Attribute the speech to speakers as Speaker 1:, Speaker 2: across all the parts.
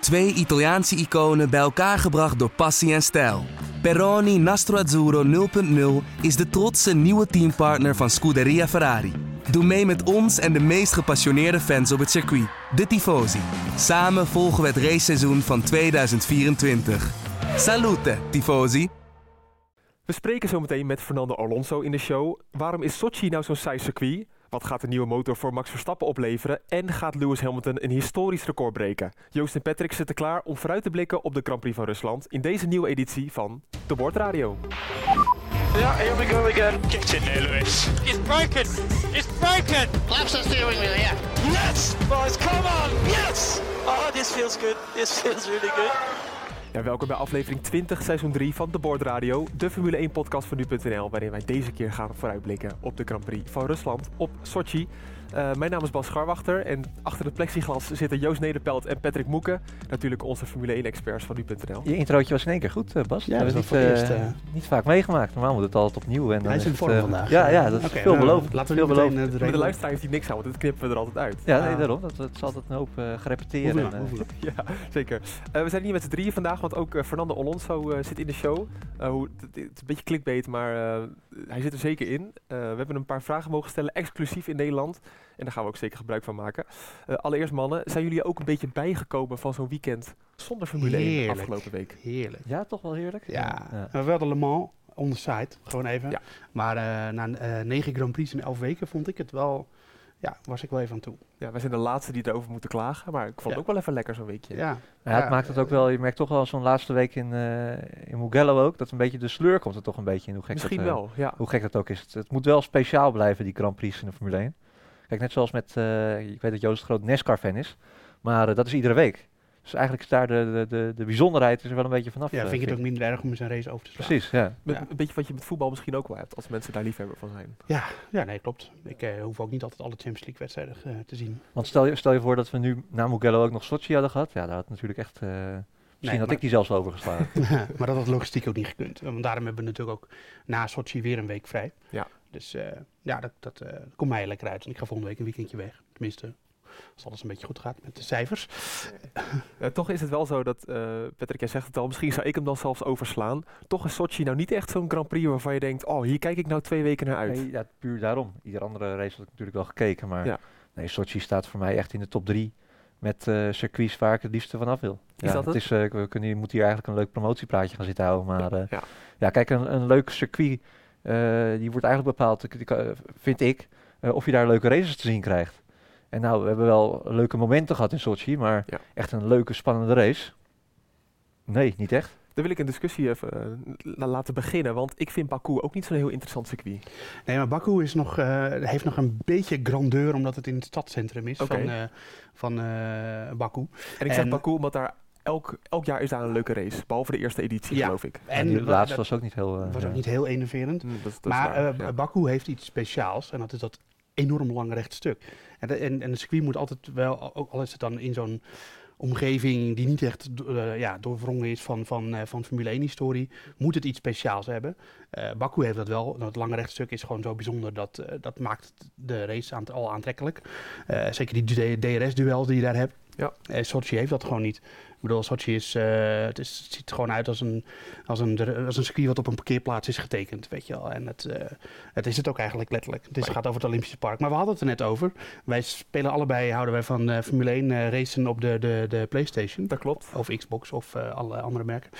Speaker 1: Twee Italiaanse iconen bij elkaar gebracht door passie en stijl. Peroni Nastro Azzurro 0.0 is de trotse nieuwe teampartner van Scuderia Ferrari. Doe mee met ons en de meest gepassioneerde fans op het circuit, de Tifosi. Samen volgen we het raceseizoen van 2024. Salute, Tifosi!
Speaker 2: We spreken zo meteen met Fernando Alonso in de show. Waarom is Sochi nou zo'n saai circuit? Wat gaat de nieuwe motor voor Max Verstappen opleveren? En gaat Lewis Hamilton een historisch record breken? Joost en Patrick zitten klaar om vooruit te blikken op de Grand Prix van Rusland in deze nieuwe editie van De Bordradio.
Speaker 3: Yeah, here we go again.
Speaker 4: Get in there, Lewis.
Speaker 5: It's broken! It's broken!
Speaker 6: Laps are steering wheel, yeah.
Speaker 3: Yes, boys, come on, yes! Oh, this feels good. This feels really good.
Speaker 2: Ja, welkom bij aflevering 20, seizoen 3 van De Bordradio, de Formule 1 podcast van nu.nl, waarin wij deze keer gaan vooruitblikken op de Grand Prix van Rusland op Sochi. Eh, mijn naam is Bas Scharwachter en achter het plexiglas zitten Joost Nederpelt en Patrick Moeken, natuurlijk onze Formule 1 experts van nu.nl.
Speaker 7: Je introotje was in één keer goed, eh, Bas.
Speaker 6: Ja,
Speaker 7: dat
Speaker 6: dat
Speaker 7: hebben
Speaker 6: was voor
Speaker 7: we niet,
Speaker 6: het
Speaker 7: eh,
Speaker 6: eerst,
Speaker 7: niet vaak meegemaakt. Normaal moet het altijd opnieuw. En dan
Speaker 6: Hij is in
Speaker 7: het,
Speaker 6: vorm
Speaker 7: eh,
Speaker 6: vandaag.
Speaker 7: Ja, ja, dat is
Speaker 6: Oké, nou,
Speaker 7: veelbelovend.
Speaker 6: Laten we nu
Speaker 7: veelbelovend.
Speaker 6: meteen,
Speaker 2: Maar
Speaker 6: eh, de
Speaker 2: de
Speaker 6: regel-
Speaker 2: luisteraar heeft hier niks aan, want dat knippen we er altijd uit.
Speaker 7: Ja, nee,
Speaker 6: Ah.
Speaker 7: daarom. Dat, dat is altijd een hoop eh, gerepeteerd.
Speaker 6: Hoeveel-
Speaker 7: en, eh,
Speaker 6: hoeveel-
Speaker 2: Ja, zeker. Eh, we zijn niet met z'n drieën vandaag, want ook eh, Fernando Alonso eh, zit in de show. Eh, hoe, het- het is een beetje clickbait, maar eh, hij zit er zeker in. Eh, we hebben een paar vragen mogen stellen, exclusief in Nederland. En daar gaan we ook zeker gebruik van maken. Eh, allereerst mannen, zijn jullie ook een beetje bijgekomen van zo'n weekend zonder Formule 1
Speaker 6: Heerlijk.
Speaker 2: afgelopen week?
Speaker 6: Heerlijk.
Speaker 7: ja, toch wel heerlijk.
Speaker 6: Ja, we hadden Le Mans on the side, gewoon even.
Speaker 2: Ja.
Speaker 6: Maar eh, na eh, negen Grand Prix in elf weken vond ik het wel, ja, was ik wel even aan toe.
Speaker 2: Ja, wij zijn de laatste die erover moeten klagen, maar ik vond het
Speaker 6: Ja.
Speaker 2: ook wel even lekker zo'n weekje.
Speaker 6: Ja,
Speaker 7: Ja, het
Speaker 6: Ja,
Speaker 7: maakt het ook wel, je merkt toch wel zo'n laatste week in, eh in Mugello ook, dat een beetje de sleur komt er toch een beetje in hoe gek, dat,
Speaker 2: Misschien
Speaker 7: eh,
Speaker 2: wel, ja.
Speaker 7: hoe gek dat ook is. Het, het moet wel speciaal blijven, die Grand Prix in de Formule 1. Kijk, net zoals met, eh, ik weet dat Joost een groot NASCAR-fan is, maar eh, dat is iedere week. Dus eigenlijk is daar de, de, de, de bijzonderheid is er wel een beetje vanaf.
Speaker 6: ja
Speaker 7: eh,
Speaker 6: vind ik het
Speaker 7: vind
Speaker 6: ook minder erg om eens een race over te
Speaker 7: ik.
Speaker 6: slaan.
Speaker 7: Precies, ja.
Speaker 2: Met-
Speaker 6: Ja.
Speaker 2: Een beetje wat je met voetbal misschien ook wel hebt, als mensen daar liefhebber van zijn.
Speaker 6: Ja, nee, klopt. Ik eh, hoef ook niet altijd alle Champions League wedstrijden eh, te zien.
Speaker 7: Want stel je, stel je voor dat we nu na Mugello ook nog Sochi hadden gehad. Ja, daar had natuurlijk echt, eh, misschien
Speaker 6: Nee,
Speaker 7: had
Speaker 6: maar-
Speaker 7: ik die zelfs overgeslagen.
Speaker 6: maar dat had logistiek ook niet gekund. Want daarom hebben we natuurlijk ook na Sochi weer een week vrij.
Speaker 2: Ja.
Speaker 6: Dus eh, ja, dat, dat eh, komt mij lekker uit. En ik ga volgende week een weekendje weg. Tenminste, als alles een beetje goed gaat met de cijfers.
Speaker 2: Eh, toch is het wel zo dat, eh, Patrick, jij zegt het al, misschien zou ik hem dan zelfs overslaan. Toch is Sochi nou niet echt zo'n Grand Prix waarvan je denkt, oh, hier kijk ik nou twee weken naar uit.
Speaker 7: Nee, ja, puur daarom. Ieder andere race had ik natuurlijk wel gekeken, maar
Speaker 2: Ja.
Speaker 7: nee, Sochi staat voor mij echt in de top drie met eh, circuits waar ik het liefste vanaf wil.
Speaker 2: Is dat het?
Speaker 7: Is, eh, we kunnen, hier- moeten hier eigenlijk een leuk promotiepraatje gaan zitten houden, maar eh,
Speaker 2: ja.
Speaker 7: ja. kijk, een, een leuk circuit, eh, die wordt eigenlijk bepaald, ik- ik, eh, vind ik, eh, of je daar leuke races te zien krijgt. En nou, we hebben wel leuke momenten gehad in Sochi, maar
Speaker 2: Ja.
Speaker 7: echt een leuke, spannende race. Nee, niet echt.
Speaker 2: Daar wil ik een discussie even eh, la- laten beginnen, want ik vind Baku ook niet zo'n heel interessant circuit.
Speaker 6: Nee, maar Baku is nog, eh, heeft nog een beetje grandeur, omdat het in het stadscentrum is
Speaker 2: Oké.
Speaker 6: van, eh, van eh, Baku.
Speaker 2: En ik zeg
Speaker 6: En-
Speaker 2: Baku omdat daar elk, elk jaar is daar een leuke race, behalve de eerste editie,
Speaker 6: Ja.
Speaker 2: geloof ik.
Speaker 7: En die
Speaker 6: wa-
Speaker 7: laatste
Speaker 6: dat
Speaker 7: was ook niet heel... eh,
Speaker 6: was ook
Speaker 7: ja.
Speaker 6: niet heel enerverend.
Speaker 2: Mm, dat- dat is
Speaker 6: Maar
Speaker 2: waar,
Speaker 6: eh,
Speaker 2: ja.
Speaker 6: Baku heeft iets speciaals en dat is dat enorm lang recht stuk. En, de- en, en de circuit moet altijd wel, ook al is het dan in zo'n omgeving die niet echt do- eh, ja, doorwrongen is van, van, eh, van Formule 1 historie, moet het iets speciaals hebben. Eh Baku heeft dat wel. Dat lange rechtstuk is gewoon zo bijzonder, dat, eh, dat maakt de race aan, al aantrekkelijk. Eh, zeker die DRS-duels die je daar hebt.
Speaker 2: Ja.
Speaker 6: Eh, Sochi heeft dat gewoon niet. Ik bedoel, Sochi is, eh, het is, het ziet er gewoon uit als een, als, een, als een circuit wat op een parkeerplaats is getekend, weet je wel. En het, eh, het is het ook eigenlijk letterlijk. Het is, gaat over het Olympische Park. Maar we hadden het er net over. Wij spelen allebei, houden wij van eh, Formule 1 eh, racen op de, de, de Playstation.
Speaker 2: dat klopt.
Speaker 6: Of Xbox of eh, alle andere merken.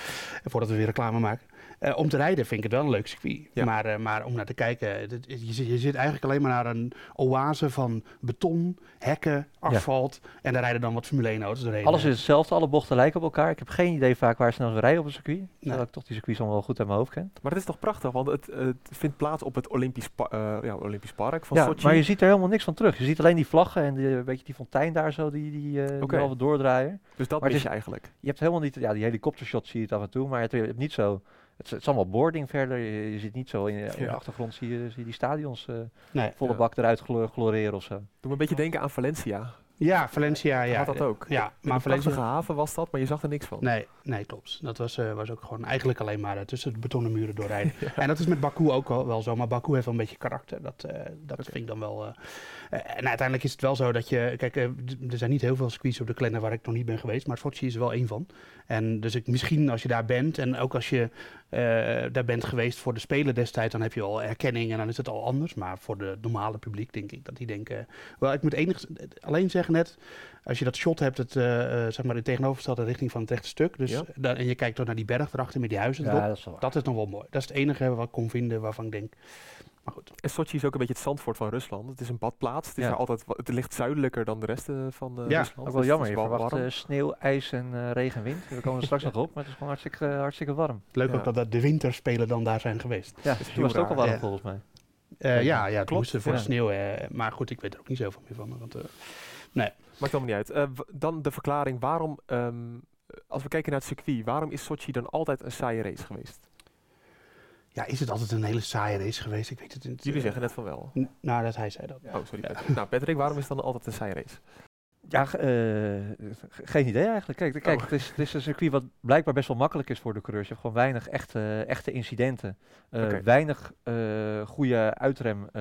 Speaker 6: En voordat we weer reclame maken. Eh, om te rijden vind ik het wel een leuk circuit.
Speaker 2: Ja.
Speaker 6: Maar, eh, maar om naar te kijken, eh, dit- je, zit- je zit eigenlijk alleen maar naar een oase van beton, hekken, asfalt. En daar rijden dan wat Formule 1 auto's doorheen.
Speaker 7: Alles
Speaker 6: Eh,
Speaker 7: is hetzelfde, alle bochten lijken op elkaar. Ik heb geen idee vaak waar ze nou rijden op een circuit. Terwijl ik toch die circuits allemaal wel goed uit mijn hoofd ken.
Speaker 2: Maar het is toch prachtig, want het, het vindt plaats op het Olympisch, pa- eh, ja, Olympisch Park van
Speaker 7: Ja,
Speaker 2: Sochi.
Speaker 7: maar je ziet er helemaal niks van terug. Je ziet alleen die vlaggen en die, eh, weet je, die fontein daar zo, die, die, eh,
Speaker 2: Oké.
Speaker 7: die halve doordraaier.
Speaker 2: dus dat
Speaker 7: maar het
Speaker 2: mis
Speaker 7: is-
Speaker 2: je eigenlijk.
Speaker 7: Je hebt helemaal niet, ja, die helikoptershot zie je het af en toe, maar het, je hebt niet zo... Het is, het is allemaal boarding verder. Je, je zit niet zo in, in de
Speaker 2: Ja.
Speaker 7: achtergrond, zie je, zie je die stadions eh,
Speaker 6: Nee.
Speaker 7: volle
Speaker 2: Ja.
Speaker 7: bak eruit glo- gloreren of zo.
Speaker 2: Doe me een beetje denken aan Valencia.
Speaker 6: Ja, Valencia, ja.
Speaker 2: had dat ook.
Speaker 6: Ja,
Speaker 2: Maar
Speaker 6: maar
Speaker 2: een prachtige
Speaker 6: Valencia...
Speaker 2: haven was dat, maar je zag er niks van.
Speaker 6: Nee, nee, klopt. Dat was, eh, was ook gewoon eigenlijk alleen maar eh, tussen de betonnen muren doorrijden. En dat is met Baku ook wel, wel zo, maar Baku heeft wel een beetje karakter. Dat, eh, dat vind ik dan wel... eh, eh, en uiteindelijk is het wel zo dat je... Kijk, eh, d- er zijn niet heel veel circuits op de Klennen waar ik nog niet ben geweest, maar Sochi is er wel één van. En dus ik, misschien als je daar bent en ook als je eh, daar bent geweest voor de Spelen destijds, dan heb je al erkenning en dan is het al anders. Maar voor de normale publiek denk ik dat die denken... Wel, ik moet enig, alleen zeggen net, als je dat shot hebt, het, eh, eh, zeg maar de tegenovergestelde richting van het rechte stuk. Dus
Speaker 2: Ja.
Speaker 6: dan, en je kijkt dan naar die berg erachter met die huizen
Speaker 7: Ja,
Speaker 6: erop.
Speaker 7: dat is wel waar.
Speaker 6: Dat is nog wel mooi. Dat is het enige wat ik kon vinden waarvan ik denk... Maar goed,
Speaker 2: En Sochi is ook een beetje het Zandvoort van Rusland. Het is een badplaats. Het, is
Speaker 7: Ja.
Speaker 2: daar altijd, wa- het ligt zuidelijker dan de rest eh, van eh,
Speaker 6: Ja,
Speaker 2: Rusland.
Speaker 7: Ook wel
Speaker 2: Dus
Speaker 7: jammer,
Speaker 2: het
Speaker 7: je
Speaker 2: is wel
Speaker 7: verwacht
Speaker 2: warm.
Speaker 7: eh, sneeuw, ijs en eh, regen en wind. We komen er straks nog op, maar het is gewoon hartstikke, hartstikke warm.
Speaker 6: leuk
Speaker 2: Ja.
Speaker 6: ook dat dat de winterspelen dan daar zijn geweest.
Speaker 7: Ja,
Speaker 2: is
Speaker 7: toen
Speaker 2: heel
Speaker 7: was het ook al warm
Speaker 6: raar.
Speaker 7: volgens mij.
Speaker 6: Eh, ja, ja, het
Speaker 2: Klopt,
Speaker 6: moesten voor
Speaker 7: ja.
Speaker 6: de sneeuw. eh, maar goed, ik weet er ook niet zoveel meer van. Want, eh,
Speaker 2: Maakt allemaal niet uit. Eh, w- dan de verklaring waarom, ehm, als we kijken naar het circuit, waarom is Sochi dan altijd een saaie race geweest?
Speaker 6: ja, is het altijd een hele saaie race geweest? Ik weet het niet.
Speaker 2: Jullie zeggen net van wel.
Speaker 6: N- Nou, dat hij zei dat.
Speaker 2: Oh, sorry. Patrick. Nou, Patrick, waarom is het dan altijd een saaie race?
Speaker 7: Ja, ge- eh, ge- geen idee eigenlijk. Kijk, kijk
Speaker 2: Oh.
Speaker 7: het, is, het is een circuit wat blijkbaar best wel makkelijk is voor de coureurs. Je hebt gewoon weinig echte, echte incidenten. Eh,
Speaker 2: Oké.
Speaker 7: Weinig eh, goede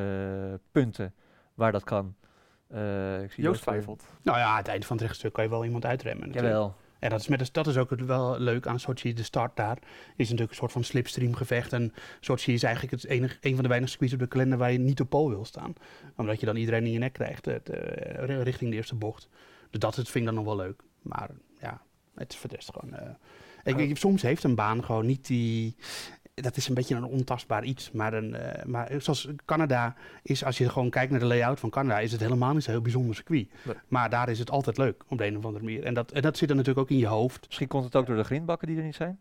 Speaker 7: uitrempunten waar dat kan. Eh, ik zie
Speaker 2: Joost
Speaker 7: dat, eh,
Speaker 2: twijfelt.
Speaker 6: Nou ja, aan het eind van het rechtstuk kan je wel iemand uitremmen. natuurlijk.
Speaker 7: Jawel.
Speaker 6: En dat is, met, dat is ook het wel leuk aan Sochi. De start daar is natuurlijk een soort van slipstream gevecht. En Sochi is eigenlijk het enig, een van de weinige circuits op de kalender waar je niet op pole wil staan. Omdat je dan iedereen in je nek krijgt eh, te- eh, ri- richting de eerste bocht. Dus dat is- vind ik dan nog wel leuk. Maar ja, het is voor de rest gewoon... eh, ik, ik- soms heeft een baan gewoon niet die... Dat is een beetje een ontastbaar iets. Maar, een, eh, maar zoals Canada is, als je gewoon kijkt naar de layout van Canada, is het helemaal niet zo'n heel bijzonder circuit.
Speaker 2: Nee.
Speaker 6: Maar daar is het altijd leuk, op de een of andere manier. En dat, en dat zit er natuurlijk ook in je hoofd.
Speaker 7: Misschien komt het ook door de grindbakken die er niet zijn.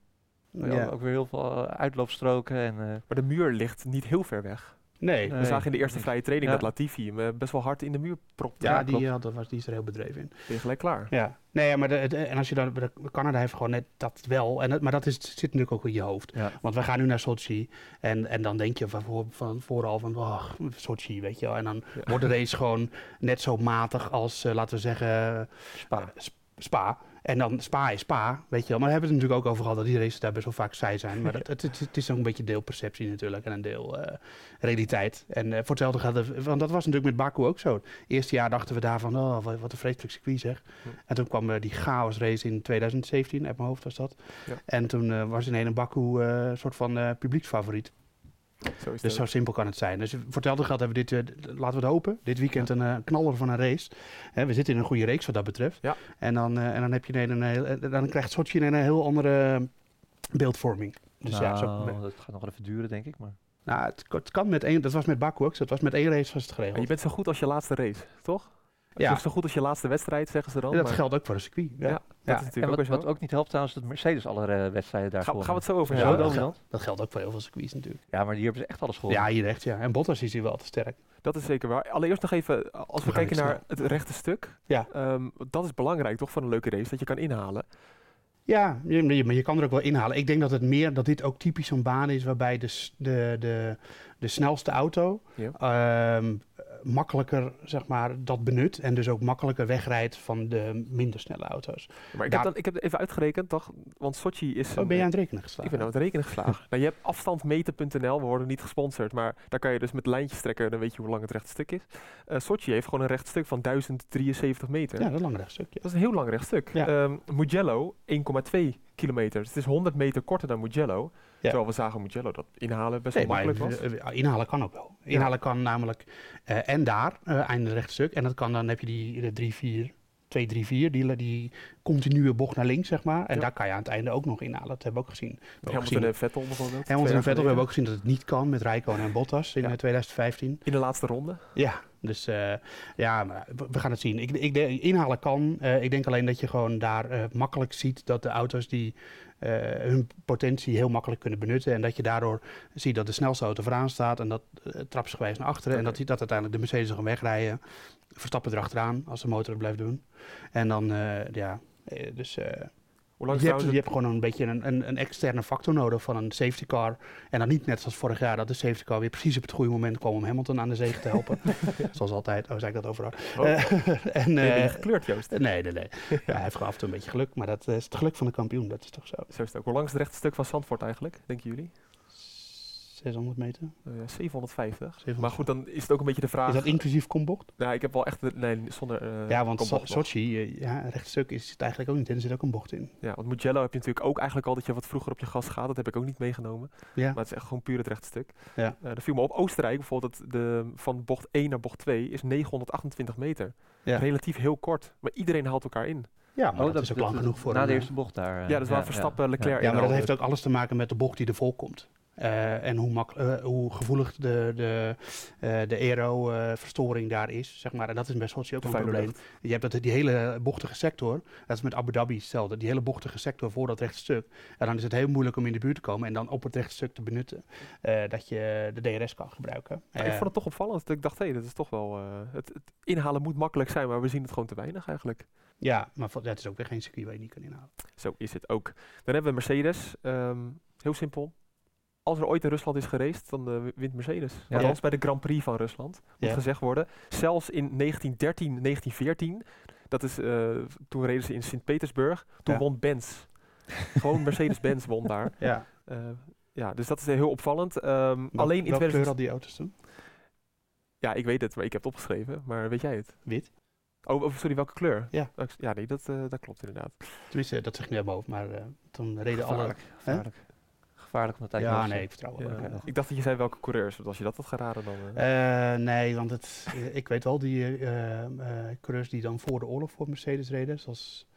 Speaker 7: Ja. Ook weer heel veel eh, uitloopstroken. En, eh,
Speaker 2: Maar de muur ligt niet heel ver weg.
Speaker 6: Nee.
Speaker 7: Nee.
Speaker 2: We zagen in de eerste vrije training
Speaker 7: Ja. eh,
Speaker 2: dat Latifi hem eh, best wel hard in de muur propte.
Speaker 6: Ja,
Speaker 2: klopt.
Speaker 6: die, had, dat was, die is er heel bedreven in.
Speaker 2: Ben je gelijk klaar.
Speaker 6: Ja. Nee, maar de, de- en als je dan, de- Canada heeft gewoon net dat wel. En dat, maar dat is, zit natuurlijk ook in je hoofd.
Speaker 7: ja.
Speaker 6: Want we gaan nu naar Sochi. En, en dan denk je van, voor, van vooral van, ach, Sochi, weet je wel. En dan
Speaker 2: Ja.
Speaker 6: wordt de race gewoon net zo matig als, eh, laten we zeggen,
Speaker 7: Spa.
Speaker 6: eh, Sp- Spa. En dan Spa is Spa, weet je wel. Maar daar hebben we het natuurlijk ook over gehad dat die races daar best wel vaak saai zijn. Maar dat, het, het, het is ook een beetje deel perceptie natuurlijk en een deel eh, realiteit. En eh, voor hetzelfde gaat het, want dat was natuurlijk met Baku ook zo. Het eerste jaar dachten we daarvan, oh, wat, wat een vreselijk circuit zeg.
Speaker 2: Hm.
Speaker 6: En toen kwam eh, die chaos race in 2017, uit mijn hoofd was dat.
Speaker 2: Ja.
Speaker 6: En toen eh, was in een Baku eh, een soort van eh, publieksfavoriet.
Speaker 2: Zo is
Speaker 6: Dus zo
Speaker 2: het.
Speaker 6: simpel kan het zijn. Dus voor hetzelfde geld hebben we dit, eh, d- laten we het hopen, dit weekend een eh, knaller van een race. Hè, we zitten in een goede reeks wat dat betreft.
Speaker 2: Ja.
Speaker 6: En, dan, eh, en dan, heb je een, een heel, eh, dan krijgt Sochi een heel andere eh, beeldvorming. Dus ja, zo,
Speaker 7: Nou, dat gaat nog wel even duren, denk ik. Maar.
Speaker 6: nou, het, k- het kan met één, dat was met Baku ook, zo, dat was met één race was het
Speaker 2: Maar je
Speaker 6: geregeld.
Speaker 2: bent zo goed als je laatste race, toch?
Speaker 6: Ja.
Speaker 2: Zo- Zo goed als je laatste wedstrijd, zeggen ze dan.
Speaker 6: En dat
Speaker 2: maar
Speaker 6: geldt ook voor een circuit. Ja.
Speaker 2: Ja,
Speaker 6: Ja,
Speaker 2: dat is
Speaker 7: En
Speaker 2: natuurlijk ook
Speaker 7: wat,
Speaker 2: weer
Speaker 7: wat
Speaker 2: zo.
Speaker 7: ook niet helpt trouwens, is dat Mercedes alle eh, wedstrijden daar
Speaker 2: Gaan we-
Speaker 7: gewonnen
Speaker 2: gaan we het zo over
Speaker 7: Zo
Speaker 6: Ja,
Speaker 2: hebben?
Speaker 6: dat,
Speaker 7: dominant.
Speaker 6: geldt, dat geldt ook voor heel veel circuits natuurlijk.
Speaker 7: Ja, maar hier hebben ze echt alles gewonnen.
Speaker 6: Ja, hier echt ja. En Bottas is hier wel te sterk.
Speaker 2: Dat is zeker waar. Allereerst nog even, eh, als we,
Speaker 6: We gaan
Speaker 2: kijken
Speaker 6: weer
Speaker 2: naar het rechte stuk.
Speaker 6: Ja.
Speaker 2: Ehm, dat is belangrijk toch van een leuke race, dat je kan inhalen.
Speaker 6: Ja, je- je- maar je kan er ook wel inhalen. Ik denk dat het meer dat dit ook typisch zo'n baan is waarbij de, s- de, de, de snelste auto
Speaker 2: Ja.
Speaker 6: ehm, makkelijker zeg maar, dat benut en dus ook makkelijker wegrijdt van de minder snelle auto's.
Speaker 2: Maar ik,
Speaker 6: Daar-
Speaker 2: heb dan, ik heb even uitgerekend, toch? Want Sochi is...
Speaker 6: Oh,
Speaker 2: een-
Speaker 6: ben je aan het rekenen geslagen?
Speaker 2: Ik ben aan het rekenen geslagen. nou, je hebt afstandmeten.nl, we worden niet gesponsord, maar daar kan je dus met lijntjes trekken en dan weet je hoe lang het rechte stuk is. Eh Sochi heeft gewoon een recht stuk van 1073 meter.
Speaker 6: Ja, dat lange rechtstukje.
Speaker 2: Dat is een heel lang rechtstuk.
Speaker 6: Ja.
Speaker 2: Ehm, Mugello, 1,2 kilometer. Dus het is 100 meter korter dan Mugello. Terwijl we zagen Mugello dat inhalen best
Speaker 6: Nee,
Speaker 2: wel
Speaker 6: maar
Speaker 2: makkelijk was.
Speaker 6: eh, eh, inhalen kan ook wel. Inhalen kan namelijk eh, en daar, eh einde rechtstuk. En dat kan dan heb je die 3, 4, 2, 3, 4, die, die continue bocht naar links, zeg maar. En
Speaker 2: Ja.
Speaker 6: daar kan je aan het einde ook nog inhalen. Dat hebben we ook gezien. We hebben ook
Speaker 2: Hamilton
Speaker 6: gezien
Speaker 2: en Vettel bijvoorbeeld.
Speaker 6: eh, En onze
Speaker 2: twee jaar
Speaker 6: en Vettel
Speaker 2: geleden.
Speaker 6: hebben ook gezien dat het niet kan met Rijkonen en Bottas in
Speaker 2: Ja.
Speaker 6: eh, 2015.
Speaker 2: In de laatste ronde.
Speaker 6: Ja. Dus eh, ja, maar we we gaan het zien. Ik, ik denk- inhalen kan. Eh, ik denk alleen dat je gewoon daar eh, makkelijk ziet dat de auto's die eh, hun potentie heel makkelijk kunnen benutten. En dat je daardoor ziet dat de snelste auto vooraan staat en dat eh, trapsgewijs naar achteren. En
Speaker 2: Oké.
Speaker 6: dat, die- dat uiteindelijk de Mercedes gaan wegrijden. Verstappen erachteraan als de motor het blijft doen. En dan, eh, ja, eh, dus... eh,
Speaker 2: Onlangs
Speaker 6: Je hebt, je
Speaker 2: trouwens-
Speaker 6: hebt gewoon een beetje een, een, een externe factor nodig van een safety car. En dan niet net zoals vorig jaar dat de safety car weer precies op het goede moment kwam om Hamilton aan de zege te helpen. zoals altijd. Oh, zei ik dat overal.
Speaker 2: Oh.
Speaker 6: Eh, en,
Speaker 2: Nee, ben je
Speaker 6: eh,
Speaker 2: gekleurd, Joost.
Speaker 6: nee, nee, nee. Ja, hij heeft gewoon af en toe een beetje geluk. Maar dat eh, is het geluk van de kampioen. Dat is toch zo.
Speaker 2: Zo is het ook. Hoe lang is het rechte stuk van Zandvoort eigenlijk, denken jullie?
Speaker 6: 600 meter.
Speaker 2: Eh, 750.
Speaker 6: 750.
Speaker 2: Maar goed, dan is het ook een beetje de vraag...
Speaker 6: Is dat inclusief kombocht?
Speaker 2: Nou, ik heb wel echt... de- Nee, zonder... eh,
Speaker 6: ja, want
Speaker 2: kombocht
Speaker 6: So-
Speaker 2: nog.
Speaker 6: Sochi, eh, ja, rechtstuk is het eigenlijk ook niet in. Er zit ook een bocht in.
Speaker 2: Ja, want Mugello heb je natuurlijk ook eigenlijk al dat je wat vroeger op je gas gaat. Dat heb ik ook niet meegenomen.
Speaker 6: Ja.
Speaker 2: Maar het is echt gewoon puur het rechtstuk.
Speaker 6: Ja.
Speaker 2: Eh, er viel me op Oostenrijk bijvoorbeeld dat de, van bocht 1 naar bocht 2 is 928 meter.
Speaker 6: Ja.
Speaker 2: Relatief heel kort. Maar iedereen haalt elkaar in.
Speaker 6: Ja, maar
Speaker 7: Oh,
Speaker 6: dat, is ook lang genoeg voor
Speaker 7: Na
Speaker 6: een,
Speaker 7: de
Speaker 6: eh,
Speaker 7: eerste bocht daar. eh,
Speaker 2: ja, dus waar Verstappen Leclerc
Speaker 6: Ja, maar dat
Speaker 2: inhaalde.
Speaker 6: heeft ook alles te maken met de bocht die ervoor komt. Eh, en hoe, mak- eh, hoe gevoelig de, de, eh, de aero-verstoring daar is, zeg maar. En dat is bij Sochi ook
Speaker 2: De
Speaker 6: een
Speaker 2: vuile
Speaker 6: probleem. Je hebt dat, die hele bochtige sector, dat is met Abu Dhabi hetzelfde. Die hele bochtige sector voor dat rechtstuk. En dan is het heel moeilijk om in de buurt te komen en dan op het rechtstuk te benutten. eh, dat je de DRS kan gebruiken.
Speaker 2: Ah, Ja, ik
Speaker 6: Eh,
Speaker 2: vond het toch opvallend. Ik dacht, hé, dat is toch wel... eh, het, het inhalen moet makkelijk zijn, maar we zien het gewoon te weinig eigenlijk.
Speaker 6: ja, maar vo- dat is ook weer geen circuit waar je niet kan inhalen.
Speaker 2: Zo is het ook. Dan hebben we Mercedes. Ehm, heel simpel. Als er ooit in Rusland is geraced, dan eh, wi- wint Mercedes.
Speaker 7: Ja.
Speaker 2: Althans bij de Grand Prix van Rusland, moet
Speaker 6: Ja.
Speaker 2: gezegd worden. Zelfs in 1913, 1914, dat is, eh, toen reden ze in Sint-Petersburg, toen
Speaker 6: Ja.
Speaker 2: won Benz. Gewoon Mercedes-Benz won daar.
Speaker 6: Ja,
Speaker 2: Eh, ja, dus dat is eh, heel opvallend. Ehm, alleen in
Speaker 6: welke kleur
Speaker 2: 2000...
Speaker 6: had die auto's toen?
Speaker 2: Ja, ik weet het, maar ik heb het opgeschreven. Maar weet jij het?
Speaker 6: Wit.
Speaker 2: Oh, oh, sorry, welke kleur?
Speaker 6: Ja.
Speaker 2: Oh, ik- Ja, nee, dat, eh, dat klopt inderdaad.
Speaker 6: Tenminste, dat zeg ik niet boven, maar eh, toen reden alle...
Speaker 7: Gevaarlijk. Gevaarlijk. Gevaarlijk om dat tijd
Speaker 6: Ja, nee, ik vertrouw wel.
Speaker 2: Ja.
Speaker 6: Ik, eh,
Speaker 2: Ik dacht dat je zei welke coureurs, want als je dat had geraden dan... eh,
Speaker 6: Eh, nee, want het, eh, ik weet wel die eh, eh, eh, coureurs die dan voor de oorlog voor Mercedes reden, zoals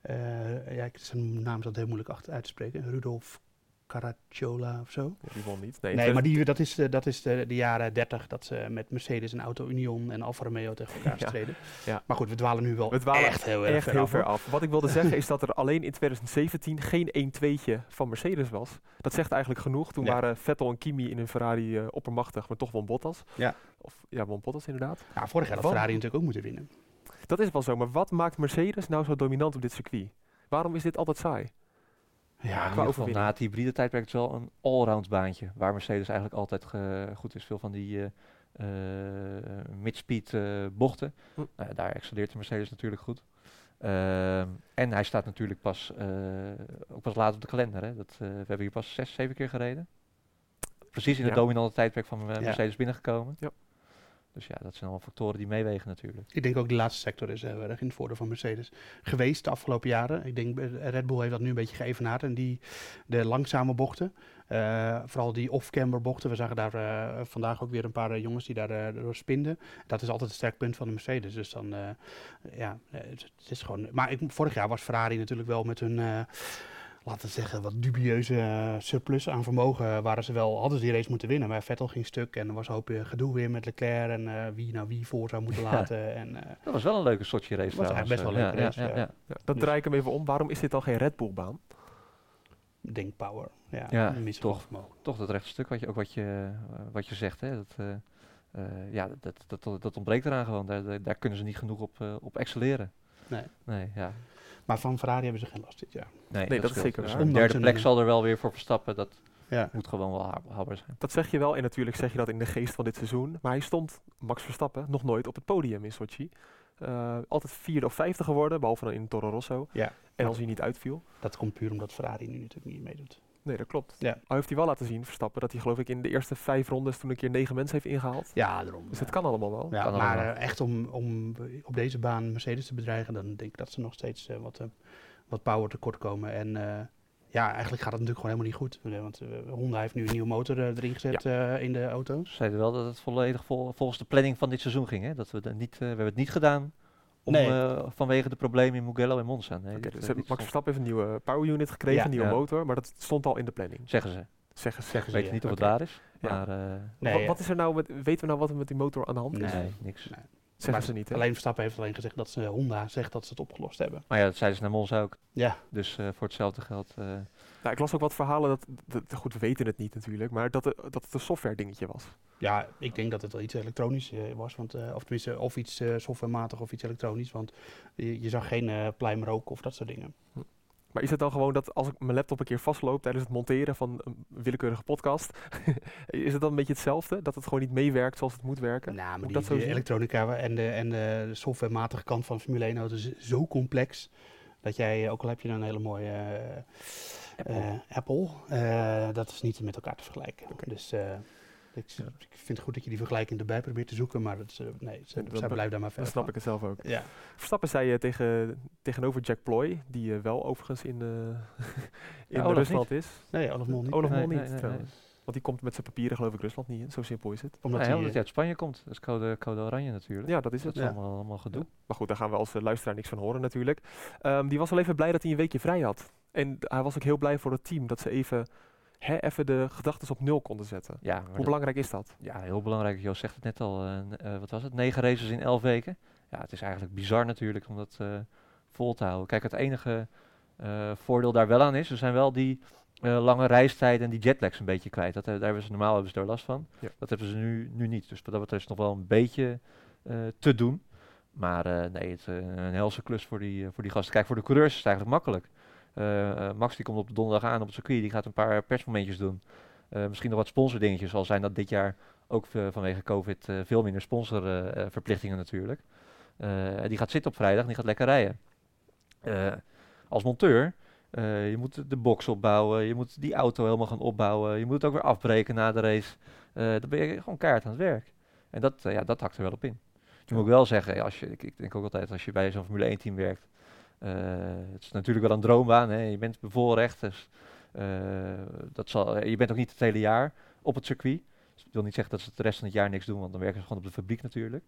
Speaker 6: eh, ja, ik- zijn naam zat heel moeilijk achter uit te spreken, Rudolf Caracciola of zo.
Speaker 2: Ja, Die won niet. Nee,
Speaker 6: Nee, maar die, dat is, de, dat is de, de jaren 30 dat ze met Mercedes en Auto Union en Alfa Romeo tegen elkaar
Speaker 2: Ja,
Speaker 6: streden.
Speaker 2: ja.
Speaker 6: Maar goed, we dwalen nu wel
Speaker 2: We dwalen
Speaker 6: echt heel erg
Speaker 2: echt
Speaker 6: ver
Speaker 2: heel
Speaker 6: af,
Speaker 2: ver
Speaker 6: hoor.
Speaker 2: af. Wat ik wilde zeggen is dat er alleen in 2017 geen 1-2'tje van Mercedes was. Dat zegt eigenlijk genoeg. Toen
Speaker 6: Ja.
Speaker 2: waren Vettel en Kimi in hun Ferrari eh, oppermachtig, maar toch won Bottas.
Speaker 6: Ja.
Speaker 2: Of, ja, won Bottas inderdaad.
Speaker 6: Ja, vorig jaar had
Speaker 2: Wat?
Speaker 6: Ferrari natuurlijk ook moeten winnen.
Speaker 2: Dat is wel zo. Maar wat maakt Mercedes nou zo dominant op dit circuit? Waarom is dit altijd saai?
Speaker 7: Ja, in
Speaker 2: qua
Speaker 7: ieder geval
Speaker 2: overwinning.
Speaker 7: na het hybride tijdperk is het wel een allround baantje. Waar Mercedes eigenlijk altijd ge- goed is. Veel van die eh, eh, mid-speed eh, bochten.
Speaker 2: Hm.
Speaker 7: Nou ja, daar excelleert de Mercedes natuurlijk goed. Ehm, en hij staat natuurlijk pas, eh, ook pas laat op de kalender. Hè. Dat, eh, we hebben hier pas zes, zeven keer gereden. Precies in
Speaker 2: Ja.
Speaker 7: het dominante tijdperk van eh,
Speaker 6: Ja.
Speaker 7: Mercedes binnengekomen.
Speaker 2: Ja.
Speaker 7: Dus ja, dat zijn allemaal factoren die meewegen natuurlijk.
Speaker 6: Ik denk ook de laatste sector is heel erg in het voordeel van Mercedes geweest de afgelopen jaren. Ik denk eh, Red Bull heeft dat nu een beetje geëvenaard. En die de langzame bochten, eh, vooral die off-camber bochten. We zagen daar eh, vandaag ook weer een paar eh, jongens die daar eh, door spinden. Dat is altijd het sterk punt van de Mercedes. Dus dan, eh, ja, eh, het, het is gewoon... Maar ik, vorig jaar was Ferrari natuurlijk wel met hun... eh, Laten we zeggen, wat dubieuze eh, surplus aan vermogen eh, waren ze wel, hadden ze die race moeten winnen. Maar Vettel ging stuk en er was een hoop eh, gedoe weer met Leclerc en eh, wie nou wie voor zou moeten
Speaker 7: Ja.
Speaker 6: laten. En, eh,
Speaker 7: Dat was wel een leuke Sochi race
Speaker 6: Was eigenlijk
Speaker 7: trouwens. eh,
Speaker 6: best wel een
Speaker 7: Ja,
Speaker 6: leuke race,
Speaker 7: ja,
Speaker 6: ja.
Speaker 7: ja, ja.
Speaker 2: Ja, dat
Speaker 6: Dus-
Speaker 2: draai ik hem even om. Waarom is dit al geen Red Bull baan?
Speaker 6: Denk power. Ja,
Speaker 7: Ja,
Speaker 6: toch. Vermogen.
Speaker 7: toch dat rechtstuk, wat je, ook wat je, eh, wat je zegt. Hè? Dat, eh, eh, ja, dat, dat, dat, dat ontbreekt eraan gewoon. Daar, daar, daar kunnen ze niet genoeg op, eh, op excelleren.
Speaker 6: Nee.
Speaker 7: Nee, ja.
Speaker 6: Maar van Ferrari hebben ze geen last dit jaar.
Speaker 7: nee,
Speaker 2: dat is
Speaker 7: scheelt.
Speaker 2: zeker
Speaker 7: Dus
Speaker 2: waar.
Speaker 7: een
Speaker 6: Ondanks
Speaker 7: derde
Speaker 6: een-
Speaker 7: plek zal er wel weer voor verstappen. Dat
Speaker 6: Ja.
Speaker 7: moet gewoon wel haal- haalbaar zijn.
Speaker 2: Dat zeg je wel. En natuurlijk zeg je dat in de geest van dit seizoen. Maar hij stond, Max Verstappen, nog nooit op het podium in Sochi. Eh, altijd vierde of vijfde geworden, behalve dan in Toro Rosso.
Speaker 6: Ja.
Speaker 2: En als hij niet uitviel.
Speaker 6: Dat komt puur omdat Ferrari nu natuurlijk niet meedoet.
Speaker 2: Nee, dat klopt.
Speaker 6: Ja.
Speaker 2: Al heeft hij wel laten zien, Verstappen, dat hij geloof ik in de eerste vijf rondes toen een keer negen mensen heeft ingehaald.
Speaker 6: Ja, daarom.
Speaker 2: Dus
Speaker 6: ja.
Speaker 2: dat kan allemaal wel.
Speaker 6: Ja,
Speaker 7: Kan
Speaker 6: maar
Speaker 7: allemaal.
Speaker 6: eh, echt om, om op deze baan Mercedes te bedreigen, dan denk ik dat ze nog steeds eh, wat, eh, wat power tekort komen. En eh, ja, eigenlijk gaat het natuurlijk gewoon helemaal niet goed. Eh, Want eh, Honda heeft nu een nieuwe motor eh, erin gezet eh, in de auto's.
Speaker 7: Ze zeiden wel dat het volledig vol- volgens de planning van dit seizoen ging. Hè? Dat we, dat niet, eh, we hebben het niet gedaan om,
Speaker 6: Nee.
Speaker 7: eh, vanwege de problemen in Mugello en Monza. Nee,
Speaker 2: Oké,
Speaker 7: dit,
Speaker 2: dus heeft
Speaker 7: eh, dit
Speaker 2: Max
Speaker 7: stond-
Speaker 2: Verstappen heeft een nieuwe power unit gekregen,
Speaker 6: Ja.
Speaker 2: een nieuwe
Speaker 7: Ja.
Speaker 2: motor, maar dat stond al in de planning.
Speaker 7: zeggen ze.
Speaker 2: Zeggen ze.
Speaker 7: Ik
Speaker 6: Zeggen ze
Speaker 7: weet
Speaker 6: ja.
Speaker 7: niet of het
Speaker 2: oké.
Speaker 7: waar is.
Speaker 2: Ja.
Speaker 7: Maar eh,
Speaker 6: Nee,
Speaker 2: wat, wat is er nou met, weten we nou wat er met die motor aan de hand is?
Speaker 6: Nee.
Speaker 7: nee. niks.
Speaker 6: Nee.
Speaker 2: Zeggen
Speaker 6: Maar
Speaker 2: ze niet, hè?
Speaker 6: Alleen Verstappen heeft alleen gezegd dat ze Honda zegt dat ze het opgelost hebben.
Speaker 7: Maar ja, dat zeiden ze naar Monza ook.
Speaker 6: Ja,
Speaker 7: Dus eh, voor hetzelfde geld... eh,
Speaker 2: Nou, ik las ook wat verhalen, dat, dat- goed, we weten het niet natuurlijk, maar dat, er- dat het een software dingetje was.
Speaker 6: Ja, ik denk dat het wel iets elektronisch eh, was. Want, eh, of tenminste, of iets eh, softwarematig of iets elektronisch. Want je, je zag geen eh, pluimrook of dat soort dingen.
Speaker 2: Maar is het dan gewoon dat als ik mijn laptop een keer vastloop tijdens het monteren van een willekeurige podcast, is het dan een beetje hetzelfde? Dat het gewoon niet meewerkt zoals het moet werken?
Speaker 6: Nou, maar
Speaker 2: Moet
Speaker 6: die,
Speaker 2: dat zo
Speaker 6: die
Speaker 2: zien?
Speaker 6: elektronica en de, en de softwarematige kant van Formule 1 auto's is zo complex. Dat jij, ook al heb je een hele mooie eh, eh, Apple, eh, dat is niet met elkaar te vergelijken. Dus eh, ik, s- ik vind het goed dat je die vergelijking erbij probeert te zoeken, maar dat is, eh, nee, ze,
Speaker 2: Ja, dat-
Speaker 6: zij
Speaker 2: dat-
Speaker 6: blijven daar maar
Speaker 2: Dan
Speaker 6: verder
Speaker 2: snap ik het zelf ook.
Speaker 6: Ja.
Speaker 2: Verstappen zei eh, tegen, tegenover Jack Ploy, die eh, wel overigens in, eh
Speaker 6: Oh,
Speaker 2: in
Speaker 7: Olaf
Speaker 2: Rusland is.
Speaker 6: Nee, Olaf Mol niet.
Speaker 2: Olaf
Speaker 7: Nee,
Speaker 2: Mol
Speaker 7: nee,
Speaker 2: niet,
Speaker 7: nee, nee.
Speaker 2: trouwens. Want die komt met zijn papieren geloof ik Rusland niet in. Zo simpel is het.
Speaker 6: Omdat
Speaker 7: Omdat
Speaker 6: hij,
Speaker 7: omdat
Speaker 6: eh,
Speaker 7: hij uit Spanje komt. Dat is code, code oranje natuurlijk. Dus
Speaker 2: Ja, dat is
Speaker 7: dat
Speaker 2: het.
Speaker 7: is
Speaker 6: ja.
Speaker 7: allemaal, allemaal gedoe.
Speaker 2: Maar goed, daar gaan we als eh, luisteraar niks van horen natuurlijk. Ehm, die was wel even blij dat hij een weekje vrij had. En d- hij was ook heel blij voor het team dat ze even, hè, even de gedachten op nul konden zetten.
Speaker 7: Ja, maar
Speaker 2: Hoe
Speaker 7: dat-
Speaker 2: belangrijk is dat?
Speaker 7: ja, heel belangrijk. Joost zegt het net al. eh, n- eh, wat was het? Negen races in elf weken. Ja, het is eigenlijk bizar natuurlijk om dat eh, vol te houden. Kijk, het enige eh, voordeel daar wel aan is, er zijn wel die eh, lange reistijden en die jetlags een beetje kwijt. Dat, eh, daar hebben ze, normaal hebben ze daar last van.
Speaker 2: Ja.
Speaker 7: Dat hebben ze nu, nu niet. Dus wat dat betreft is het nog wel een beetje eh, te doen. Maar eh, nee, het is een helse klus voor die, eh, voor die gasten. Kijk, voor de coureurs is het eigenlijk makkelijk. Eh, eh, Max die komt op de donderdag aan op het circuit. Die gaat een paar persmomentjes doen. Eh, misschien nog wat sponsordingetjes. Al zijn dat dit jaar ook eh, vanwege COVID eh, veel minder sponsorverplichtingen natuurlijk. Eh, die gaat zitten op vrijdag en die gaat lekker rijden. Eh, als monteur, eh, je moet de box opbouwen. Je moet die auto helemaal gaan opbouwen. Je moet het ook weer afbreken na de race. Eh dan ben je gewoon kaart aan het werk. En dat, eh, ja, dat hakt er wel op in. Je moet ook wel zeggen, als je, ik, ik denk ook altijd, als je bij zo'n Formule 1-team werkt, eh, het is natuurlijk wel een droombaan. Hè? Je bent bevoorrecht, dus, eh, dat zal, eh, je bent ook niet het hele jaar op het circuit. Dus dat wil niet zeggen dat ze het de rest van het jaar niks doen, want dan werken ze gewoon op de fabriek natuurlijk.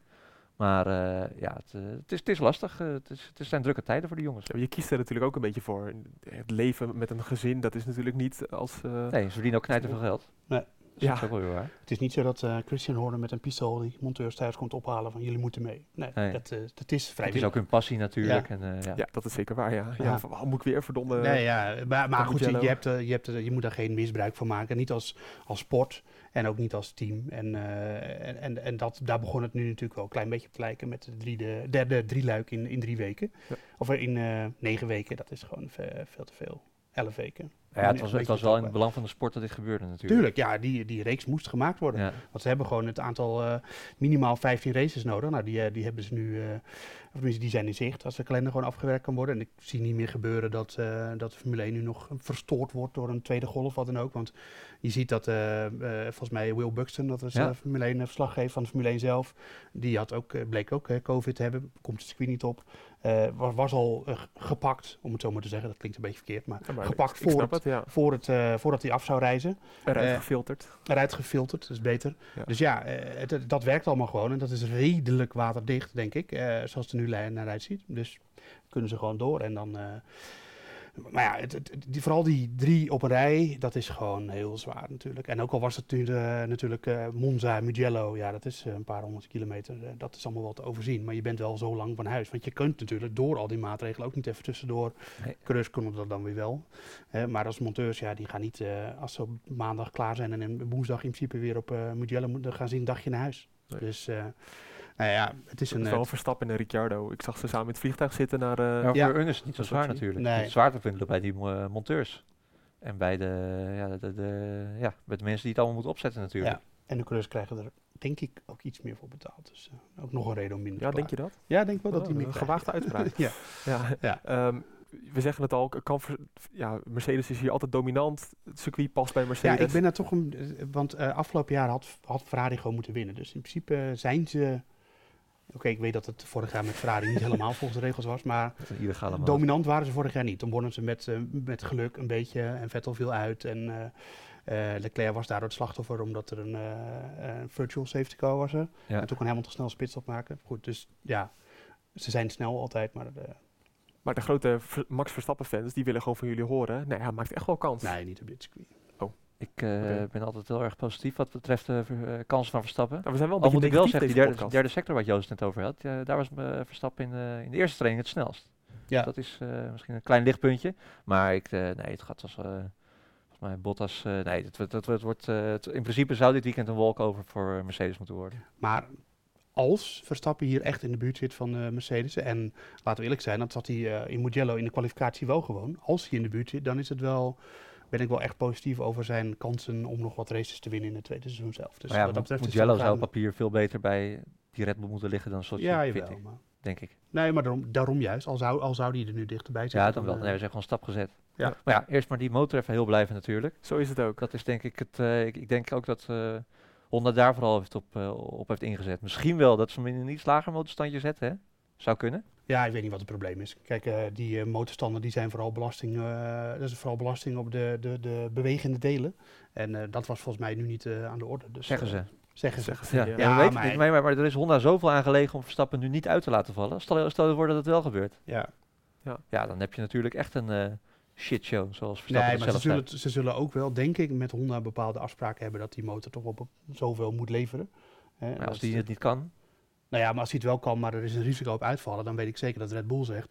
Speaker 7: Maar eh, ja, het, eh, het, is, het is lastig. eh, het, is, het zijn drukke tijden voor de jongens.
Speaker 2: Ja, Je kiest er natuurlijk ook een beetje voor. En Het leven met een gezin, dat is natuurlijk niet als... eh,
Speaker 7: Nee, ze verdienen ook knijten veel geld.
Speaker 6: Nee.
Speaker 7: Dus dat
Speaker 2: Ja.
Speaker 7: is ook wel weer waar.
Speaker 6: Het is niet zo dat eh, Christian Horner met een pistool die monteurs thuis komt ophalen van jullie moeten mee. Nee,
Speaker 7: Nee.
Speaker 6: Dat, eh, dat is vrij
Speaker 7: Het is ook hun passie natuurlijk. En, eh, ja.
Speaker 2: ja, dat is zeker waar, ja. ja.
Speaker 6: Ja.
Speaker 2: van, waarom moet ik weer verdomme...
Speaker 6: Nee, ja, maar, maar goed, je,
Speaker 2: Mugello.
Speaker 6: je hebt, eh, je, hebt, eh, je moet daar geen misbruik van maken. Niet als, als sport en ook niet als team. En, eh, en, en, en dat, daar begon het nu natuurlijk wel een klein beetje op te lijken met de drie, de, derde drieluik in, in drie weken.
Speaker 2: Ja.
Speaker 6: Of in eh, negen weken, dat is gewoon ve- veel te veel. Elf weken.
Speaker 7: Nou ja, het, was,
Speaker 6: Een
Speaker 7: het was
Speaker 6: beetje
Speaker 7: wel in
Speaker 6: betrouwbaar.
Speaker 7: het belang van de sport dat dit gebeurde natuurlijk.
Speaker 6: Tuurlijk, ja, die, die reeks moest gemaakt worden.
Speaker 7: Ja.
Speaker 6: Want ze hebben gewoon het aantal eh, minimaal 15 races nodig. Nou, die, eh, die hebben ze nu, eh of tenminste, die zijn in zicht als de kalender gewoon afgewerkt kan worden. En ik zie niet meer gebeuren dat, eh, dat de Formule 1 nu nog verstoord wordt door een tweede golf, wat dan ook. Want je ziet dat, eh, eh, volgens mij Will Buxton, dat is
Speaker 7: Ja.
Speaker 6: eh, Formule 1 verslag geeft van de Formule 1 zelf. Die had ook, eh, bleek ook eh, COVID te hebben, komt het circuit niet op. Eh, wa- was al eh, gepakt, om het zo maar te zeggen. Dat klinkt een beetje verkeerd, maar
Speaker 2: Ja, maar
Speaker 6: gepakt
Speaker 2: ik, ik
Speaker 6: voor
Speaker 2: snap
Speaker 6: het-
Speaker 2: het, ja.
Speaker 6: voor het, eh, voordat hij af zou reizen
Speaker 2: Eruit
Speaker 6: Eh,
Speaker 2: gefilterd.
Speaker 6: eruit gefilterd, dat is beter.
Speaker 2: Ja.
Speaker 6: Dus ja, eh, het- het- dat werkt allemaal gewoon en dat is redelijk waterdicht, denk ik, eh, zoals het er nu li- naar uitziet. Dus kunnen ze gewoon door en dan... eh, maar ja, het, het- het- die, vooral die drie op een rij, dat is gewoon heel zwaar natuurlijk. En ook al was het nu de- natuurlijk eh, Monza, Mugello, ja, dat is eh, een paar honderd kilometer. eh, dat is allemaal wel te overzien, maar je bent wel zo lang van huis. Want je kunt natuurlijk door al die maatregelen ook niet even tussendoor.
Speaker 7: Nee.
Speaker 6: Coureurs kunnen dat dan weer wel. Hè, maar als monteurs, ja, die gaan niet eh, als ze op maandag klaar zijn en in- woensdag in principe weer op eh Mugello moeten, dan gaan ze een dagje naar huis.
Speaker 2: Nee.
Speaker 6: Dus, eh, nou ja, het is
Speaker 2: Het
Speaker 6: een...
Speaker 2: is
Speaker 6: eh,
Speaker 2: wel een Verstappen en een Ricciardo. Ik zag ze samen in het vliegtuig zitten naar... eh,
Speaker 7: Maar
Speaker 6: Ja.
Speaker 7: voor hun is het niet zo
Speaker 2: Dat
Speaker 7: zwaar
Speaker 2: was-
Speaker 7: natuurlijk.
Speaker 6: Nee.
Speaker 7: Het zwaar te vinden ligt bij die eh, monteurs. En bij de, ja, de, de, de- ja, bij de mensen die het allemaal moeten opzetten natuurlijk.
Speaker 6: en de coureurs krijgen er, denk ik, ook iets meer voor betaald. Dus eh, ook nog een reden om minder
Speaker 2: ja,
Speaker 6: te
Speaker 2: denk je dat?
Speaker 6: klagen. Ja, denk wel dat die
Speaker 2: Oh,
Speaker 6: meer
Speaker 2: een
Speaker 6: krijgen.
Speaker 2: gewaagde uitspraak.
Speaker 6: Ja.
Speaker 2: ja.
Speaker 6: Ja.
Speaker 2: Ehm, we zeggen het al, k- kan vers- ja, Mercedes is hier altijd dominant. Het circuit past bij Mercedes.
Speaker 6: Ja, ik ben daar toch een. eh, Want eh, afgelopen jaar had, had Ferrari gewoon moeten winnen. Dus in principe eh, zijn ze. Oké, ik weet dat het vorig jaar met Ferrari niet helemaal volgens de regels was. Maar
Speaker 7: Dat is een illegale man.
Speaker 6: dominant waren ze vorig jaar niet. Dan wonnen ze met, eh, met geluk een beetje. En Vettel viel uit. En eh, eh, Leclerc was daardoor het slachtoffer omdat er een eh, eh, virtual safety car was. Er.
Speaker 7: Ja.
Speaker 6: En toen kon Hamilton snel spits opmaken. Goed, dus ja. Ze zijn snel altijd, maar eh,
Speaker 2: Maar de grote Ver- Max Verstappen fans, die willen gewoon van jullie horen. Nee, hij maakt echt wel kans.
Speaker 6: nee, niet op dit circuit.
Speaker 7: Ik eh,
Speaker 2: Oké.
Speaker 7: ben altijd heel erg positief wat betreft de eh, kansen van Verstappen.
Speaker 2: Nou, we zijn wel een
Speaker 7: Al moet
Speaker 2: beetje
Speaker 7: ik wel
Speaker 2: negatief
Speaker 7: zeggen, die
Speaker 2: deze
Speaker 7: derde,
Speaker 2: podcast.
Speaker 7: derde sector waar Joost het net over had, eh, daar was eh, Verstappen in, eh, in de eerste training het snelst.
Speaker 6: Ja.
Speaker 7: Dat is eh, misschien een klein lichtpuntje, maar ik, eh, nee, het gaat als, eh, volgens mij Bottas, eh, nee, dat, wordt- dat, wordt- wordt, eh, het- in principe zou dit weekend een walkover voor Mercedes moeten eh, worden.
Speaker 6: Maar als Verstappen hier echt in de buurt zit van eh, Mercedes. En laten we eerlijk zijn, dat zat hij eh, in Mugello in de kwalificatie wel gewoon. Als hij in de buurt zit, dan is het wel, ben ik wel echt positief over zijn kansen om nog wat races te winnen in het tweede seizoen zelf. Dus
Speaker 7: Maar ja,
Speaker 6: wat dat betreft is
Speaker 7: Mugello
Speaker 6: het
Speaker 7: zou op
Speaker 6: gaande.
Speaker 7: papier veel beter bij die Red Bull moeten liggen dan Sochi,
Speaker 6: Ja,
Speaker 7: vind
Speaker 6: jawel.
Speaker 7: ik,
Speaker 6: Maar,
Speaker 7: denk ik.
Speaker 6: nee, maar daarom, daarom juist. Al zou, al zou die er nu dichterbij zitten.
Speaker 7: Ja, dan wel.
Speaker 6: eh,
Speaker 7: Nee, we zijn gewoon een stap gezet.
Speaker 6: Ja.
Speaker 7: Maar ja, eerst maar die motor even heel blijven natuurlijk.
Speaker 2: Zo is het ook.
Speaker 7: Dat is denk ik het. eh, ik, ik denk ook dat eh, Honda daar vooral heeft op, eh, op heeft ingezet. Misschien wel dat ze hem in een iets lager motorstandje zetten. Hè? Zou kunnen.
Speaker 6: Ja, ik weet niet wat het probleem is. Kijk, eh, die eh, motorstanden die zijn vooral belasting, eh, dat is vooral belasting op de, de, de bewegende delen. En eh, dat was volgens mij nu niet eh, aan de orde. Dus,
Speaker 7: Zeggen
Speaker 6: eh,
Speaker 7: ze.
Speaker 6: zeggen ze.
Speaker 2: ja.
Speaker 7: Ja, en we weten
Speaker 6: maar-
Speaker 7: het niet, maar, maar, maar er is Honda zoveel aan gelegen om Verstappen nu niet uit te laten vallen. Stel, stel je voor dat het wel gebeurt.
Speaker 6: Ja.
Speaker 7: Ja, dan heb je natuurlijk echt een eh, shitshow, zoals Verstappen
Speaker 6: Nee,
Speaker 7: het
Speaker 6: maar ze
Speaker 7: zelf zei.
Speaker 6: zullen, ze zullen ook wel, denk ik, met Honda bepaalde afspraken hebben dat die motor toch wel be- zoveel moet leveren. Hè, en
Speaker 7: Maar als
Speaker 6: dat- eh,
Speaker 7: die het niet kan,
Speaker 6: Nou ja, maar als hij het wel kan, maar er is een risico op uitvallen, dan weet ik zeker dat Red Bull zegt,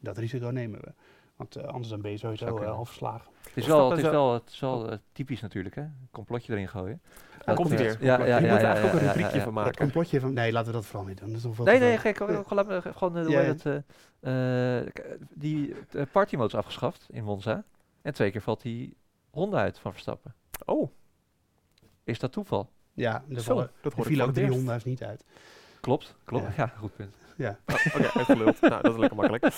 Speaker 6: dat risico nemen we. Want eh, anders dan ben je
Speaker 7: Zou
Speaker 6: sowieso eh,
Speaker 7: kunnen.
Speaker 6: al verslagen.
Speaker 7: het is
Speaker 2: Verstappen
Speaker 7: wel, het is
Speaker 2: zou-
Speaker 7: wel, het is wel eh, typisch natuurlijk, hè? Een complotje erin gooien.
Speaker 2: Daar
Speaker 7: Dat,
Speaker 2: komt hij
Speaker 7: eh,
Speaker 2: weer.
Speaker 7: Ja, ja, ja,
Speaker 2: je
Speaker 7: ja,
Speaker 2: moet er
Speaker 7: ja,
Speaker 2: eigenlijk ook
Speaker 7: ja,
Speaker 2: een
Speaker 7: ja,
Speaker 2: rubriekje
Speaker 7: ja.
Speaker 2: van
Speaker 6: Dat
Speaker 2: maken.
Speaker 6: complotje van, nee, laten we dat vooral niet doen. Dat is al veel
Speaker 7: Nee,
Speaker 6: te
Speaker 7: nee,
Speaker 6: veel.
Speaker 7: gek.
Speaker 6: Ja.
Speaker 7: Gewoon, eh, gewoon eh, hoe
Speaker 6: Ja,
Speaker 7: heet het, eh, eh, k- die eh, partymodus afgeschaft in Monza. En twee keer valt die Honda uit van Verstappen.
Speaker 2: Oh,
Speaker 7: Is dat toeval?
Speaker 6: Ja, er
Speaker 2: zo.
Speaker 6: vallen-
Speaker 2: Dat
Speaker 6: er
Speaker 2: hoor ik
Speaker 6: vielen
Speaker 2: voor
Speaker 6: ook
Speaker 2: het
Speaker 6: drie
Speaker 2: eerst.
Speaker 6: Honda's niet uit.
Speaker 7: Klopt, klopt.
Speaker 6: Ja.
Speaker 7: Ja, goed punt.
Speaker 6: Ja.
Speaker 2: Oh, Oké, uitgeluld. nou, dat is lekker makkelijk.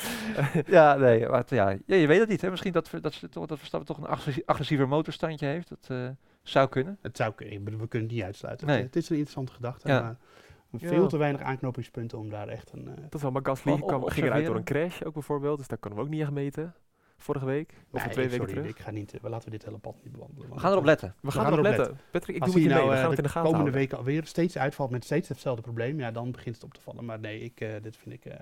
Speaker 7: ja, nee, maar het- ja, ja, je weet het niet. Hè? Misschien dat, Ver- dat, ze toch- dat Verstappen toch een aggressie- agressiever motorstandje heeft. Dat eh, zou kunnen.
Speaker 6: Het zou kunnen, ik bedoel, we kunnen het niet uitsluiten.
Speaker 7: Nee.
Speaker 6: Het is een interessante gedachte,
Speaker 7: Ja.
Speaker 6: maar
Speaker 7: Ja.
Speaker 6: veel te weinig aanknopingspunten om daar echt een... eh,
Speaker 2: Dat is wel, maar Gasly
Speaker 7: Gewoon
Speaker 2: kwam,
Speaker 7: op-
Speaker 2: ging eruit door een
Speaker 7: Oh, observeren.
Speaker 2: crash ook bijvoorbeeld. Dus daar kunnen we ook niet echt meten. Vorige week. Of
Speaker 6: nee,
Speaker 2: twee
Speaker 6: ik-
Speaker 2: weken
Speaker 6: sorry,
Speaker 2: terug.
Speaker 6: Ik ga niet, eh, we laten we dit hele pad niet bewandelen.
Speaker 7: We
Speaker 6: want
Speaker 7: gaan erop
Speaker 6: dat-
Speaker 7: letten.
Speaker 2: We gaan,
Speaker 6: gaan
Speaker 2: erop
Speaker 6: erop
Speaker 2: letten. Patrick, ik
Speaker 6: Als
Speaker 2: doe met je
Speaker 6: hij
Speaker 2: mee.
Speaker 6: nou
Speaker 2: we
Speaker 6: eh,
Speaker 2: gaan het
Speaker 6: de
Speaker 2: in de gaten
Speaker 6: komende
Speaker 2: houden.
Speaker 6: weken alweer steeds uitvalt met steeds hetzelfde probleem, ja, dan begint het op te vallen. Maar nee, ik, eh, dit vind ik... eh,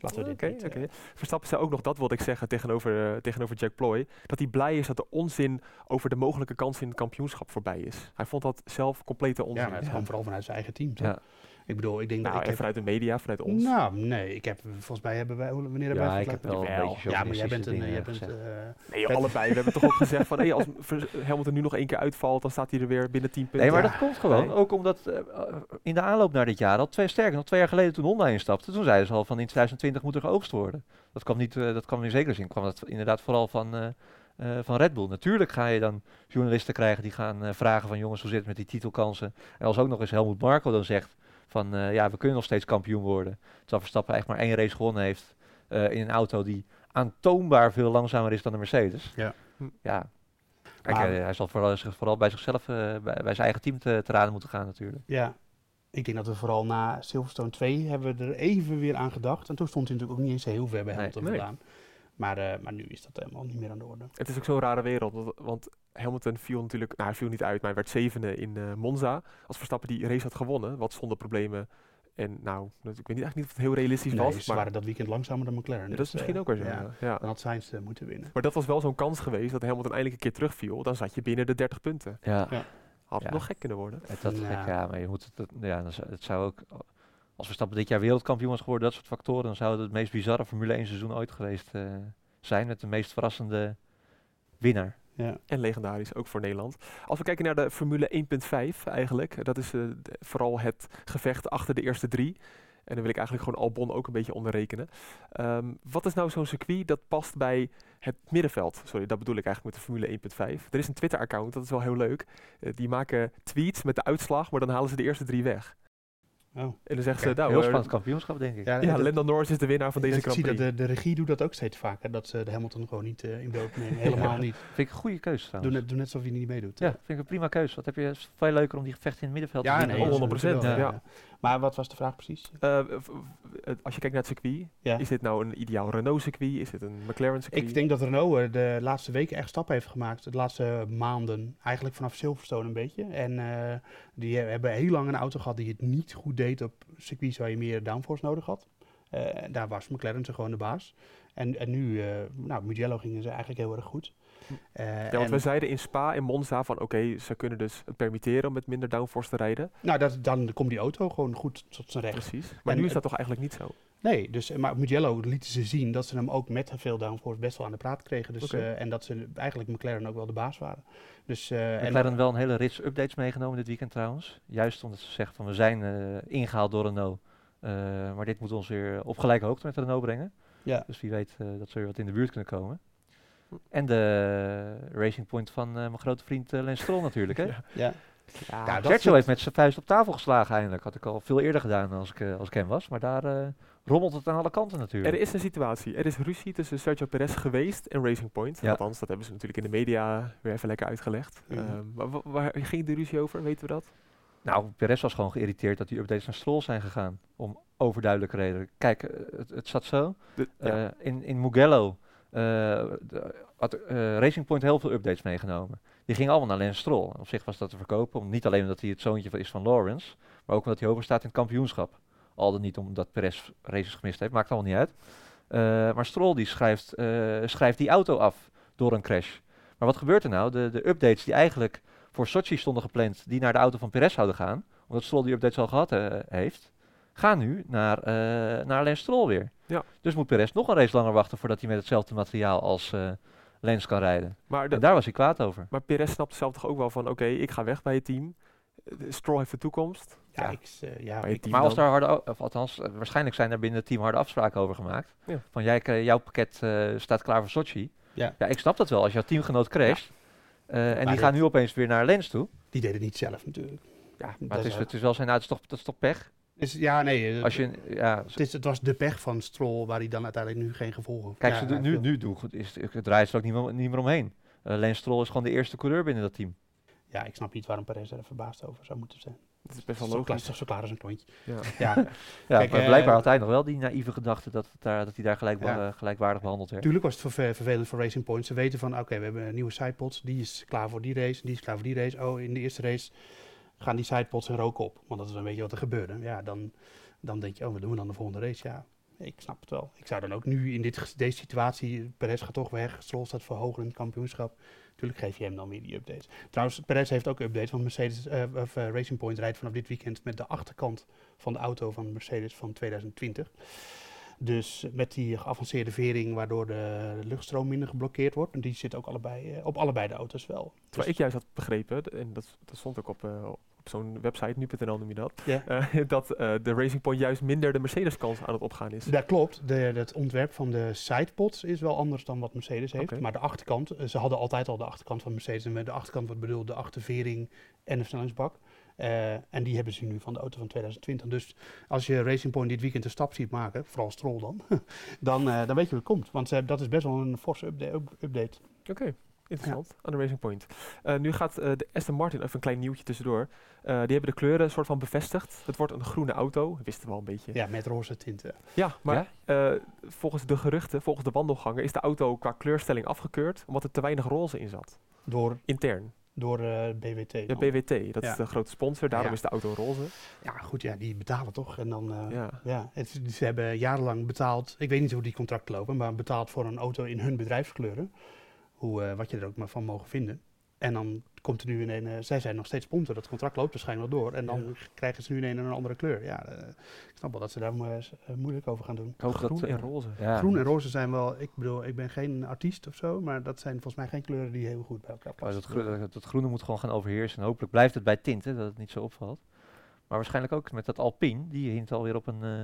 Speaker 6: laten we dit
Speaker 2: Oké,
Speaker 6: niet... eh,
Speaker 2: oké. Verstappen zei ook nog, dat wilde ik zeggen tegenover, eh, tegenover Jack Ploy, dat hij blij is dat de onzin over de mogelijke kans in het kampioenschap voorbij is. Hij vond dat zelf complete onzin.
Speaker 6: ja, maar het kwam vooral vanuit zijn eigen team. toch?
Speaker 7: Ja.
Speaker 6: Ik bedoel, ik denk
Speaker 2: Nou,
Speaker 6: dat
Speaker 2: en
Speaker 6: ik heb-
Speaker 2: vanuit de media, vanuit ons.
Speaker 6: Nou, nee, ik heb... Volgens mij hebben wij... Wanneer hebben
Speaker 7: Ja,
Speaker 6: wij...
Speaker 7: ik heb wel een
Speaker 2: Jawel.
Speaker 7: beetje
Speaker 6: Ja, maar jij
Speaker 7: chauvinistische
Speaker 6: bent een... eh,
Speaker 7: dingen
Speaker 6: jij bent,
Speaker 7: gezegd.
Speaker 6: eh,
Speaker 2: nee, joh, allebei. We hebben toch ook gezegd van, hey, als Ver- Hamilton nu nog één keer uitvalt, dan staat hij er weer binnen 10 punten.
Speaker 7: Nee, maar
Speaker 6: Ja.
Speaker 7: dat komt gewoon.
Speaker 2: Nee.
Speaker 7: Ook omdat eh, eh, in de aanloop naar dit jaar al, twee, sterker nog twee jaar geleden toen Honda instapte, toen zeiden ze al van in 2020 moet er geoogst worden. Dat kwam, niet, eh, dat kwam in zekere zin, kwam dat inderdaad vooral van, eh, eh, van Red Bull. Natuurlijk ga je dan journalisten krijgen die gaan eh, vragen van jongens, hoe zit het met die titelkansen? En als ook nog eens Helmut Marko dan zegt van eh, ja, we kunnen nog steeds kampioen worden. Terwijl Verstappen eigenlijk maar één race gewonnen heeft eh, in een auto die aantoonbaar veel langzamer is dan de Mercedes.
Speaker 6: Ja.
Speaker 2: Hm.
Speaker 7: Ja. Kijk,
Speaker 6: Maar-
Speaker 7: eh, hij zal vooral, zich vooral bij zichzelf, eh, bij, bij zijn eigen team te, te raden moeten gaan natuurlijk.
Speaker 6: Ja, ik denk dat we vooral na Silverstone 2 hebben we er even weer aan gedacht. En toen stond hij natuurlijk ook niet eens heel ver bij
Speaker 7: Nee.
Speaker 6: Hamilton
Speaker 2: Nee.
Speaker 6: vandaan. Maar, eh, maar nu is dat helemaal niet meer aan de orde.
Speaker 2: Het is ook zo'n rare wereld, want- want Hamilton viel natuurlijk, nou hij viel niet uit, maar hij werd zevende in eh, Monza. Als Verstappen die race had gewonnen, wat zonder problemen. En nou, dat- ik weet niet, eigenlijk niet of het heel realistisch
Speaker 6: Nee,
Speaker 2: was,
Speaker 6: ze
Speaker 2: maar
Speaker 6: waren dat weekend langzamer dan McLaren. dus, eh,
Speaker 2: dat is misschien ook wel zo.
Speaker 6: Ja,
Speaker 2: Ja. Ja.
Speaker 6: dan had Sainz eh, moeten winnen.
Speaker 2: Maar dat was wel zo'n kans geweest dat Hamilton eindelijk een keer terugviel. Dan zat je binnen de 30 punten.
Speaker 7: Ja,
Speaker 6: Ja.
Speaker 2: Had het
Speaker 7: Ja.
Speaker 2: nog gek kunnen worden.
Speaker 7: het, Eh, dat
Speaker 6: Ja.
Speaker 7: gek, ja maar je moet het, dat- ja, dan zou- het zou ook, als Verstappen dit jaar wereldkampioen was geworden, dat soort factoren, dan zou het het meest bizarre Formule 1 seizoen ooit geweest eh, zijn met de meest verrassende winnaar.
Speaker 6: Ja.
Speaker 2: En legendarisch, ook voor Nederland. Als we kijken naar de Formule 1.5 eigenlijk. Dat is eh, de- vooral het gevecht achter de eerste drie. En daar wil ik eigenlijk gewoon Albon ook een beetje onder rekenen. Ehm, wat is nou zo'n circuit dat past bij het middenveld? Sorry, dat bedoel ik eigenlijk met de Formule 1.5. Er is een Twitter-account, dat is wel heel leuk. Eh, die maken tweets met de uitslag, maar dan halen ze de eerste drie weg.
Speaker 6: Oh.
Speaker 2: En dan zeggen
Speaker 6: Kijk,
Speaker 2: ze, nou,
Speaker 7: Heel
Speaker 2: eh,
Speaker 7: spannend kampioenschap, denk ik.
Speaker 6: Ja,
Speaker 2: ja,
Speaker 6: dat-
Speaker 2: Lando Norris is de winnaar van deze
Speaker 6: ik
Speaker 2: Grand
Speaker 6: zie dat
Speaker 2: Prix.
Speaker 6: de, de regie doet dat ook steeds vaker. Dat ze de Hamilton gewoon niet eh, in beeld nemen. Helemaal
Speaker 7: Ja.
Speaker 6: niet.
Speaker 7: Vind ik een goede keuze
Speaker 6: Doe
Speaker 7: trouwens.
Speaker 6: net, doe net alsof hij niet meedoet.
Speaker 7: ja, vind ik een prima keuze. Wat heb je is veel leuker om die gevechten in het middenveld
Speaker 6: ja
Speaker 7: te
Speaker 6: nee,
Speaker 7: doen.
Speaker 2: absoluut. 100%,
Speaker 6: wel,
Speaker 2: ja.
Speaker 6: Maar wat was de vraag precies?
Speaker 2: Eh, v- v- het- als je kijkt naar het circuit,
Speaker 6: Ja.
Speaker 2: is dit nou een ideaal Renault-circuit? Is dit een McLaren-circuit?
Speaker 6: Ik denk dat Renault eh, de laatste weken echt stappen heeft gemaakt. De laatste maanden. Eigenlijk vanaf Silverstone een beetje. En eh, die he- hebben heel lang een auto gehad die het niet goed deed op circuits waar je meer downforce nodig had. Eh, en daar was McLaren ze gewoon de baas. En, en nu, eh nou, Mugello gingen ze eigenlijk heel erg goed. Eh,
Speaker 2: Hm. Ja, want
Speaker 6: en-
Speaker 2: we zeiden in Spa en Monza van oké, ze kunnen dus het permitteren om met minder downforce te rijden.
Speaker 6: nou, dat, dan komt die auto gewoon goed tot zijn recht.
Speaker 2: Precies. Maar
Speaker 6: En
Speaker 2: nu is
Speaker 6: het-
Speaker 2: dat toch eigenlijk niet zo?
Speaker 6: Nee, dus, maar op Mugello lieten ze zien dat ze hem ook met veel downforce best wel aan de praat kregen. Dus,
Speaker 2: Oké.
Speaker 6: eh, en dat ze eigenlijk McLaren ook wel de baas waren. Dus, eh, en-
Speaker 7: McLaren wel een hele rits updates meegenomen dit weekend trouwens. Juist omdat ze zeggen van we zijn eh, ingehaald door Renault. Eh, maar dit moet ons weer op gelijke hoogte met Renault brengen.
Speaker 6: Ja.
Speaker 7: Dus wie weet eh, dat ze weer wat in de buurt kunnen komen. En de Racing Point van eh, mijn grote vriend eh Lance Stroll natuurlijk. Hè?
Speaker 6: ja.
Speaker 2: Ja,
Speaker 6: dat
Speaker 7: Sergio
Speaker 6: soort-
Speaker 7: heeft met zijn vuist op tafel geslagen eindelijk. Had ik al veel eerder gedaan als ik, eh, als ik hem was. Maar daar eh, rommelt het aan alle kanten natuurlijk.
Speaker 2: Er is een situatie. Er is ruzie tussen Sergio Perez geweest en Racing Point.
Speaker 7: Ja.
Speaker 2: Althans, dat hebben ze natuurlijk in de media weer even lekker uitgelegd.
Speaker 6: Mhm.
Speaker 2: Eh, maar wa- waar ging de ruzie over? Weten we dat?
Speaker 7: Nou, Perez was gewoon geïrriteerd dat die updates naar Stroll zijn gegaan. Om overduidelijke redenen. Kijk, eh, het, het zat zo.
Speaker 2: De- ja.
Speaker 7: Eh, in, in Mugello eh, de- had eh, Racing Point heel veel updates meegenomen. Die gingen allemaal naar Lance Stroll. Op zich was dat te verkopen. om- niet alleen omdat hij het zoontje van- is van Lawrence. Maar ook omdat hij hoger staat in het kampioenschap. Al dan niet omdat Perez races gemist heeft. Maakt allemaal niet uit. Eh, maar Stroll die schrijft, eh, schrijft die auto af door een crash. Maar wat gebeurt er nou? De, de updates die eigenlijk voor Sochi stonden gepland. Die naar de auto van Perez zouden gaan. Omdat Stroll die updates al gehad eh, heeft. Gaan nu naar, eh naar Lance Stroll weer. Dus moet Perez nog een race langer wachten voordat hij met hetzelfde materiaal als eh Lens kan rijden.
Speaker 2: Maar, de,
Speaker 7: En daar was hij kwaad over.
Speaker 2: maar Perez snapt zelf toch ook wel van, oké, ik ga weg bij het team. Eh, de Stroll heeft de toekomst.
Speaker 6: Ja,
Speaker 7: Ja.
Speaker 6: ik, eh, ja,
Speaker 2: bij het team
Speaker 7: Maar als
Speaker 2: dan.
Speaker 7: daar harde, o- of althans, eh, waarschijnlijk zijn er binnen het team harde afspraken over gemaakt.
Speaker 2: Ja.
Speaker 7: Van jij, k- jouw pakket eh, staat klaar voor Sochi.
Speaker 6: Ja.
Speaker 7: ik snap dat wel. Als jouw teamgenoot crasht eh, en die
Speaker 6: dit-
Speaker 7: gaan nu opeens weer naar Lens toe.
Speaker 6: die deden het niet zelf natuurlijk.
Speaker 2: Ja,
Speaker 7: Maar
Speaker 6: Dat
Speaker 7: het is,
Speaker 6: is-
Speaker 7: het is wel zijn, nou, het is toch, dat is toch pech?
Speaker 6: Dus, ja, nee, eh,
Speaker 7: Als je, ja, ze-
Speaker 6: het, is, het was de pech van Stroll waar hij dan uiteindelijk nu geen gevolgen
Speaker 7: kijk,
Speaker 6: Ja,
Speaker 7: ze doen,
Speaker 6: hij
Speaker 7: nu,
Speaker 6: viel.
Speaker 7: nu doen, goed, is, het- draaien ze er ook niet meer, niet meer omheen. Eh Lens Stroll is gewoon de eerste coureur binnen dat team.
Speaker 6: Ja, ik snap niet waarom Perez er verbaasd over zou moeten zijn.
Speaker 2: dat is best
Speaker 6: Zo
Speaker 2: wel
Speaker 6: klaar,
Speaker 2: logisch.
Speaker 6: zo klaar als een klontje.
Speaker 2: Ja.
Speaker 6: Ja,
Speaker 7: Ja,
Speaker 6: Kijk,
Speaker 7: maar
Speaker 6: eh,
Speaker 7: blijkbaar had hij nog wel die naïeve gedachte dat, het daar, dat hij daar gelijk,
Speaker 6: Ja.
Speaker 7: eh, gelijkwaardig behandeld werd.
Speaker 6: Tuurlijk was het verve- vervelend voor Racing Point. Ze weten van, oké, we hebben een nieuwe sidepod. Die is klaar voor die race, die is klaar voor die race. Oh, in de eerste race gaan die sidepods en rook op. Want dat is een beetje wat er gebeurde. Ja, dan, dan denk je, oh, wat doen we dan de volgende race? Ja, ik snap het wel. Ik zou dan ook nu in dit, ges- deze situatie, Perez gaat toch weg. Stroll staat voor hoger in het kampioenschap. Tuurlijk geef je hem dan weer die updates. Trouwens, Perez heeft ook updates, want Mercedes, eh, of, eh, Racing Point rijdt vanaf dit weekend met de achterkant van de auto van Mercedes van 2020. Dus met die geavanceerde vering, waardoor de luchtstroom minder geblokkeerd wordt. En die zit ook allebei, eh, op allebei de auto's wel.
Speaker 2: Terwijl ik juist had begrepen, d- en dat, dat stond ook op, eh, op zo'n website, nu.nl noem je dat,
Speaker 6: Ja.
Speaker 2: eh, dat eh, de Racing Point juist minder de Mercedes-kans aan het opgaan is.
Speaker 6: Dat klopt. De, het ontwerp van de sidepods is wel anders dan wat Mercedes heeft.
Speaker 2: Oké.
Speaker 6: Maar de achterkant, eh, ze hadden altijd al de achterkant van Mercedes. En met de achterkant wordt bedoeld de achtervering en de versnellingsbak. Eh, en die hebben ze nu van de auto van 2020. Dus als je Racing Point dit weekend een stap ziet maken, vooral Stroll dan, dan, eh, dan weet je hoe het komt. Want ze- dat is best wel een forse upda- up- update.
Speaker 2: Oké, interessant. Aan de Racing Point. Eh, nu gaat eh, de Aston Martin, even een klein nieuwtje tussendoor. Eh, die hebben de kleuren soort van bevestigd. Het wordt een groene auto, wisten we al een beetje.
Speaker 6: Ja, met roze tinten.
Speaker 2: Ja, maar eh, volgens de geruchten, volgens de wandelgangen, is de auto qua kleurstelling afgekeurd omdat er te weinig roze in zat.
Speaker 6: Door,
Speaker 2: Intern.
Speaker 6: door eh, BWT.
Speaker 2: Ja,
Speaker 6: dan.
Speaker 2: BWT, dat
Speaker 6: Ja.
Speaker 2: is de grote sponsor, daarom
Speaker 6: Ja.
Speaker 2: is de auto roze.
Speaker 6: Ja, goed, ja, die betalen toch. En dan, eh,
Speaker 2: Ja.
Speaker 6: Ja, het, ze hebben jarenlang betaald, ik weet niet hoe die contracten lopen, maar betaald voor een auto in hun bedrijfskleuren. Hoe, eh, wat je er ook maar van mogen vinden. En dan komt er nu in een, zij zijn nog steeds sponsor, dat contract loopt waarschijnlijk wel door. En dan krijgen ze nu in een, een andere kleur. Ja, eh, ik snap wel dat ze daar mo- eh, s- eh, moeilijk over gaan doen.
Speaker 7: Ik hoop
Speaker 2: Groen
Speaker 7: dat,
Speaker 2: en
Speaker 7: eh,
Speaker 2: roze.
Speaker 7: ja,
Speaker 6: Groen en roze zijn wel, ik bedoel, ik ben geen artiest of zo, maar dat zijn volgens mij geen kleuren die heel goed bij elkaar
Speaker 7: maar
Speaker 6: passen.
Speaker 7: Oh, dat, groe- dat- dat groene moet gewoon gaan overheersen. En hopelijk blijft het bij tinten, dat het niet zo opvalt. Maar waarschijnlijk ook met dat Alpine, die hint alweer op een, eh,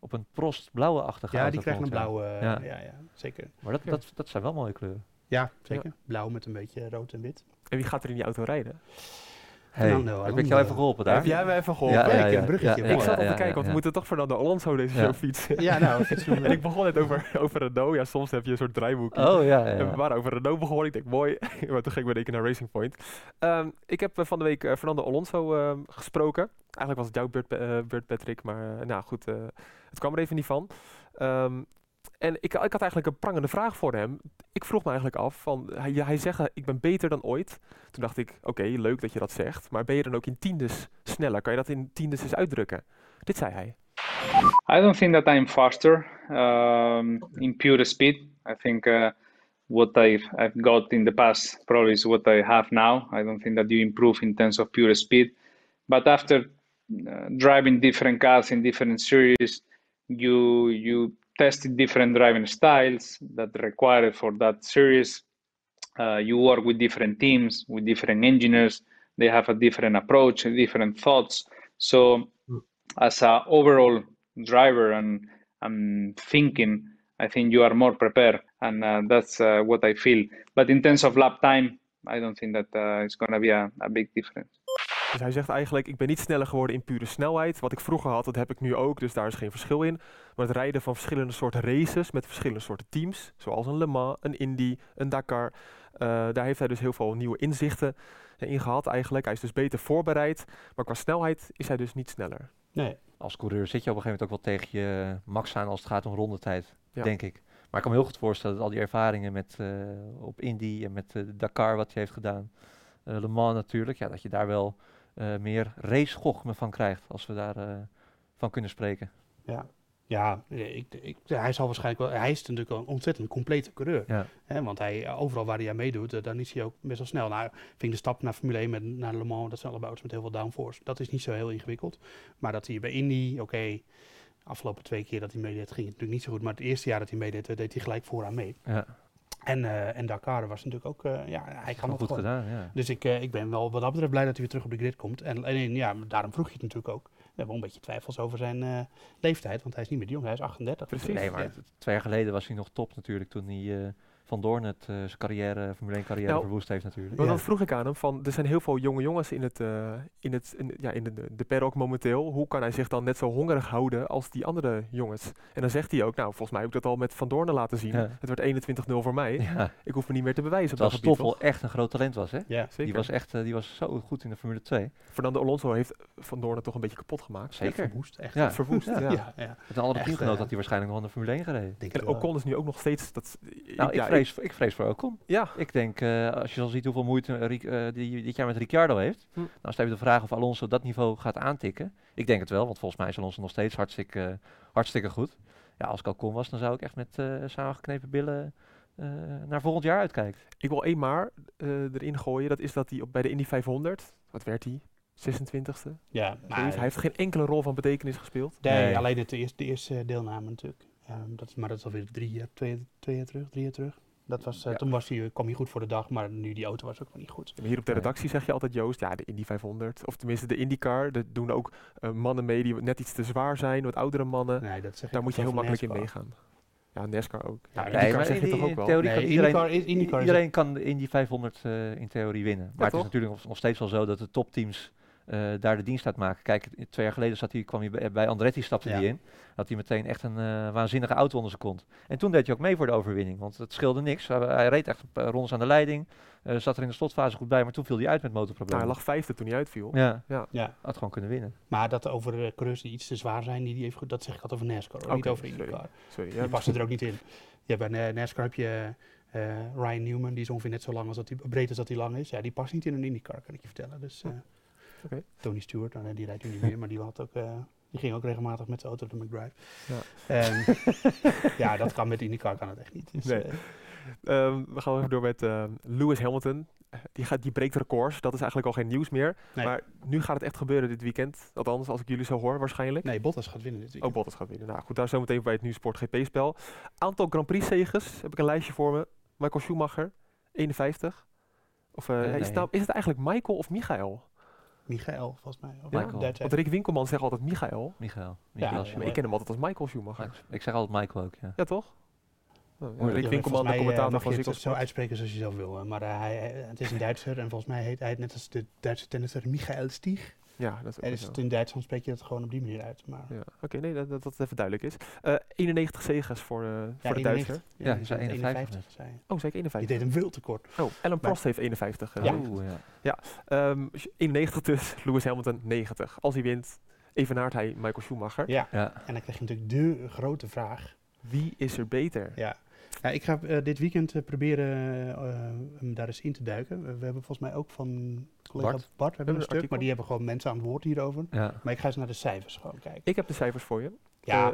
Speaker 7: op een Prost blauwe achtergrond.
Speaker 6: ja, die krijgen een blauwe, eh,
Speaker 7: Ja.
Speaker 6: ja, ja, zeker.
Speaker 7: Maar dat, dat, dat zijn wel mooie kleuren.
Speaker 6: Ja, zeker. Blauw met een beetje rood en wit.
Speaker 2: En wie gaat er in die auto rijden?
Speaker 7: Hey,
Speaker 6: Fernando
Speaker 7: heb ik
Speaker 6: Alonso.
Speaker 7: jou even geholpen daar?
Speaker 2: Heb jij me even geholpen?
Speaker 6: Ja, ja, een bruggetje,
Speaker 2: Ik
Speaker 6: ja,
Speaker 2: zat al
Speaker 7: ja,
Speaker 2: te kijken, want we
Speaker 7: ja.
Speaker 2: moeten toch Fernando Alonso deze
Speaker 7: Ja.
Speaker 2: show fietsen.
Speaker 6: Ja, nou,
Speaker 2: en ik begon net over, over Renault. Ja, soms heb je een soort draaiboek.
Speaker 7: Oh ja, ja,
Speaker 2: En we
Speaker 7: ja.
Speaker 2: waren over Renault begonnen. Ik denk, mooi. maar toen ging ik weer denken naar Racing Point. Ehm, ik heb eh, van de week eh, Fernando Alonso ehm, gesproken. Eigenlijk was het jouw beurt, Pa- eh, beurt, Patrick. Maar eh, nou goed, eh, het kwam er even niet van. Ehm, en ik, ik had eigenlijk een prangende vraag voor hem. Ik vroeg me eigenlijk af, van, hij, hij zegt, eh, ik ben beter dan ooit. Toen dacht ik, oké, leuk dat je dat zegt. Maar ben je dan ook in tiendes sneller? Kan je dat in tiendes eens uitdrukken? Dit zei hij.
Speaker 4: I don't think that I'm faster um, in pure speed. I think uh, what I've, I've got in the past probably is what I have now. I don't think that you improve in terms of pure speed. But after uh, driving different cars in different series, you you tested different driving styles that required for that series. Uh, you work with different teams, with different engineers. They have a different approach, and different thoughts. So, as a overall driver and and thinking, I think you are more prepared, and uh, that's uh, what I feel. But in terms of lap time, I don't think that uh, it's going to be a, a big difference.
Speaker 2: Dus hij zegt eigenlijk, ik ben niet sneller geworden in pure snelheid. Wat ik vroeger had, dat heb ik nu ook, dus daar is geen verschil in. Maar het rijden van verschillende soorten races met verschillende soorten teams, zoals een Le Mans, een Indy, een Dakar. eh, daar heeft hij dus heel veel nieuwe inzichten eh, in gehad eigenlijk. Hij is dus beter voorbereid, maar qua snelheid is hij dus niet sneller.
Speaker 6: Nee.
Speaker 7: Als coureur zit je op een gegeven moment ook wel tegen je max aan als het gaat om rondetijd,
Speaker 2: Ja.
Speaker 7: denk ik. Maar ik kan me heel goed voorstellen dat al die ervaringen met, eh, op Indy en met eh, Dakar wat hij heeft gedaan, eh, Le Mans natuurlijk, ja, dat je daar wel eh, meer racegochme van krijgt, als we daar eh, van kunnen spreken.
Speaker 6: Ja, nee, ik, ik, hij zal waarschijnlijk wel. Hij is natuurlijk wel een ontzettend complete coureur.
Speaker 7: Ja.
Speaker 6: Hè, want hij, overal waar hij aan meedoet, eh, dan is hij ook best wel snel. Nou, ik vind de stap naar Formule 1 met, naar Le Mans, dat zijn allemaal auto's met heel veel downforce. Dat is niet zo heel ingewikkeld. Maar dat hij bij Indy, oké, afgelopen twee keer dat hij meedeed, ging het natuurlijk niet zo goed. Maar het eerste jaar dat hij meedeed, eh, deed hij gelijk vooraan mee.
Speaker 7: Ja,
Speaker 6: En, eh, en Dakar was natuurlijk ook, eh, ja, hij kan
Speaker 7: goed
Speaker 6: dat gewoon.
Speaker 7: gedaan, ja.
Speaker 6: Dus ik, eh, ik ben wel wat dat betreft blij dat hij weer terug op de grid komt. En alleen, ja, daarom vroeg je het natuurlijk ook. We hebben wel een beetje twijfels over zijn eh, leeftijd, want hij is niet meer jong, hij is Dus, eh, 38.
Speaker 2: Precies.
Speaker 7: Nee, maar
Speaker 6: Ja.
Speaker 7: t- twee jaar geleden was hij nog top natuurlijk, toen hij eh, Van Doorn het eh, zijn carrière, Formule 1 carrière
Speaker 2: Nou,
Speaker 7: verwoest heeft natuurlijk.
Speaker 2: Want
Speaker 6: Ja.
Speaker 2: dat vroeg ik aan hem, van, er zijn heel veel jonge jongens in, het, eh, in, het, in, ja, in de, de paddock momenteel. Hoe kan hij zich dan net zo hongerig houden als die andere jongens? En dan zegt hij ook, nou volgens mij heb ik dat al met Van Doornen laten zien.
Speaker 7: Ja.
Speaker 2: Het werd 21-0 voor mij.
Speaker 7: Ja,
Speaker 2: Ik hoef me niet meer te bewijzen op dat
Speaker 7: terwijl
Speaker 2: gebied. toch?
Speaker 7: Stoffel echt een groot talent was, hè?
Speaker 6: Ja.
Speaker 2: Zeker.
Speaker 7: Die was, echt, eh, die was zo goed in de Formule 2.
Speaker 2: Fernando Alonso heeft Van Doorn toch een beetje kapot gemaakt.
Speaker 7: Zeker.
Speaker 6: Verwoest, echt.
Speaker 7: Ja.
Speaker 2: Verwoest, ja.
Speaker 6: Ja, ja, ja.
Speaker 7: Met een andere
Speaker 6: Echt,
Speaker 7: teamgenoot
Speaker 6: eh,
Speaker 7: had hij waarschijnlijk nog aan de Formule 1 gereden.
Speaker 6: Denk
Speaker 2: En
Speaker 6: het wel.
Speaker 2: Ocon is nu ook nog steeds... Dat,
Speaker 7: Nou, ik,
Speaker 2: ja,
Speaker 7: vrees, ik vrees voor Ocon.
Speaker 2: ja,
Speaker 7: Ik denk, eh, als je al ziet hoeveel moeite eh, Ric- eh, die dit jaar met Ricciardo heeft,
Speaker 2: Hm.
Speaker 7: dan is het even de vraag of Alonso dat niveau gaat aantikken. Ik denk het wel, want volgens mij is Alonso nog steeds hartstikke, eh, hartstikke goed. Ja, als ik Ocon was, dan zou ik echt met eh, samengeknepen billen eh, naar volgend jaar uitkijken.
Speaker 2: ik wil één maar eh, erin gooien. Dat is dat hij op, bij de Indy 500... Wat werd hij? 26e?
Speaker 6: Ja, maar
Speaker 2: Zoiets. hij heeft geen enkele rol van betekenis gespeeld.
Speaker 6: nee,
Speaker 7: Nee.
Speaker 6: alleen het eerste, de eerste eh, deelname natuurlijk. Ehm, dat, is- maar dat is alweer drie jaar, twee, twee jaar terug, drie jaar terug. Dat was, eh,
Speaker 7: Ja.
Speaker 6: Toen was hij, kwam hij goed voor de dag, maar nu die auto was ook wel niet goed.
Speaker 2: En hier op de
Speaker 7: Nee.
Speaker 2: redactie zeg je altijd, Joost, ja, de Indy 500. Of tenminste de IndyCar. Daar doen ook eh, mannen mee die net iets te zwaar zijn. Wat oudere mannen.
Speaker 6: Nee, dat zeg ik
Speaker 2: Daar moet je heel
Speaker 6: over
Speaker 2: makkelijk in
Speaker 6: NASCAR.
Speaker 2: meegaan. Ja, NASCAR ook.
Speaker 6: Ja,
Speaker 2: Ja,
Speaker 6: nee,
Speaker 2: IndyCar
Speaker 7: maar
Speaker 2: zeg je
Speaker 7: in-
Speaker 2: toch ook
Speaker 7: in
Speaker 2: wel?
Speaker 7: theorie kan
Speaker 6: Nee,
Speaker 7: iedereen-
Speaker 6: IndyCar is, IndyCar is
Speaker 7: Iedereen kan in die 500 eh, in theorie winnen. maar het
Speaker 2: toch?
Speaker 7: is natuurlijk nog- nog steeds wel zo dat de topteams eh, daar de dienst uit maken. Kijk, eh, twee jaar geleden zat hij, kwam hij bij, bij Andretti, stapte hij
Speaker 6: Ja.
Speaker 7: in. Had hij meteen echt een eh, waanzinnige auto onder zijn kont. En toen deed hij ook mee voor de overwinning, want het scheelde niks. Hij, hij reed echt een paar rondes aan de leiding, eh, zat er in de slotfase goed bij, maar toen viel hij uit met
Speaker 2: Nou,
Speaker 7: motorproblemen.
Speaker 2: hij lag vijfde toen hij uitviel.
Speaker 7: Ja,
Speaker 6: Ja,
Speaker 7: had gewoon kunnen winnen.
Speaker 6: maar dat over eh, coureurs die iets te zwaar zijn, die, die heeft goed, dat zeg ik altijd over NASCAR, hoor, niet
Speaker 2: Oké,
Speaker 6: over
Speaker 2: sorry.
Speaker 6: IndyCar.
Speaker 2: Sorry,
Speaker 6: Die
Speaker 2: ja,
Speaker 6: passen er ook niet in. Ja, bij eh, NASCAR heb je eh, Ryan Newman, die is ongeveer net zo lang als dat hij, breed als dat hij lang is. Ja, die past niet in een IndyCar, kan ik je vertellen. Dus, eh,
Speaker 2: Oh, Oké.
Speaker 6: Tony Stewart, nou, nee, die rijdt nu niet meer, maar die, had ook, eh, die ging ook regelmatig met zijn auto de McDrive.
Speaker 2: Ja.
Speaker 6: Ehm, ja, dat kan met IndyCar, kan het echt niet. Dus,
Speaker 2: Nee.
Speaker 6: eh,
Speaker 2: Ehm, we gaan even door met ehm, Lewis Hamilton. Eh, Die, gaat, die breekt records. Dat is eigenlijk al geen nieuws meer.
Speaker 6: Nee.
Speaker 2: Maar nu gaat het echt gebeuren dit weekend. Althans, als ik jullie zo hoor, waarschijnlijk.
Speaker 6: nee, Bottas gaat winnen dit
Speaker 2: Ook
Speaker 6: weekend.
Speaker 2: Bottas gaat winnen. Nou goed, daar zometeen bij het nieuwe Sport GP-spel. Aantal Grand Prix-zegens heb ik een lijstje voor me. Michael Schumacher, 51. Of, eh,
Speaker 7: Eh,
Speaker 2: is,
Speaker 7: nee.
Speaker 2: het nou- is het eigenlijk Michael of Michael?
Speaker 6: Michael, volgens mij. Of
Speaker 7: Ja.
Speaker 6: Michael. Daar zijn-
Speaker 2: Want Rick Winkelman zegt altijd Michael.
Speaker 7: Michael.
Speaker 6: Ja,
Speaker 7: Michael
Speaker 6: ja,
Speaker 2: Maar
Speaker 7: Schumacher.
Speaker 2: ik ken hem altijd als Michael Schumacher.
Speaker 7: Michael- ik zeg altijd Michael ook, ja.
Speaker 2: Ja, toch? Nou, ja,
Speaker 7: Moeilijk.
Speaker 2: Rick
Speaker 6: Ja,
Speaker 2: Winkelman,
Speaker 6: volgens
Speaker 2: de
Speaker 6: mij, eh,
Speaker 2: commentator
Speaker 6: mag
Speaker 2: van
Speaker 6: je het
Speaker 2: Ziggo
Speaker 6: zo
Speaker 2: Sport.
Speaker 6: uitspreken zoals je zelf wil. eh, Maar eh, hij, hij- het is een Duitser en volgens mij heet hij net als de Duitse tennisser Michael Stieg.
Speaker 2: Ja, dat is ook
Speaker 6: En
Speaker 2: weer
Speaker 6: is
Speaker 2: Oh, zo.
Speaker 6: het in Duitsland spreek je dat gewoon op die manier uit. Maar
Speaker 2: Ja, oké, nee, dat, dat dat het even duidelijk is. Eh, 91 zegens voor, eh, voor de
Speaker 6: 91.
Speaker 2: Duitser.
Speaker 7: Ja,
Speaker 6: die
Speaker 7: zei
Speaker 6: zijn
Speaker 7: 51
Speaker 6: zei je.
Speaker 2: Oh, zei ik
Speaker 6: Die
Speaker 2: 51?
Speaker 6: deed hem veel te kort.
Speaker 2: Oh, Alan Prost heeft 51. eh,
Speaker 6: Ja.
Speaker 7: Oeh, ja.
Speaker 2: Ehm, 91 dus, Lewis Hamilton 90. Als hij wint, evenaart hij Michael Schumacher.
Speaker 6: Ja,
Speaker 7: ja.
Speaker 6: en dan krijg je natuurlijk de grote vraag.
Speaker 2: Wie is er beter?
Speaker 6: Ja. Ja, ik ga eh, dit weekend eh, proberen eh, hem daar eens in te duiken. We, we hebben volgens mij ook van collega Bart,
Speaker 7: Bart.
Speaker 6: we hebben
Speaker 2: een
Speaker 6: een stuk,
Speaker 2: artikel.
Speaker 6: maar die hebben gewoon mensen aan het woord hierover.
Speaker 7: ja.
Speaker 6: Maar ik ga eens naar de cijfers gewoon kijken.
Speaker 2: Ik heb de cijfers voor je.
Speaker 6: Ja,
Speaker 2: Eh,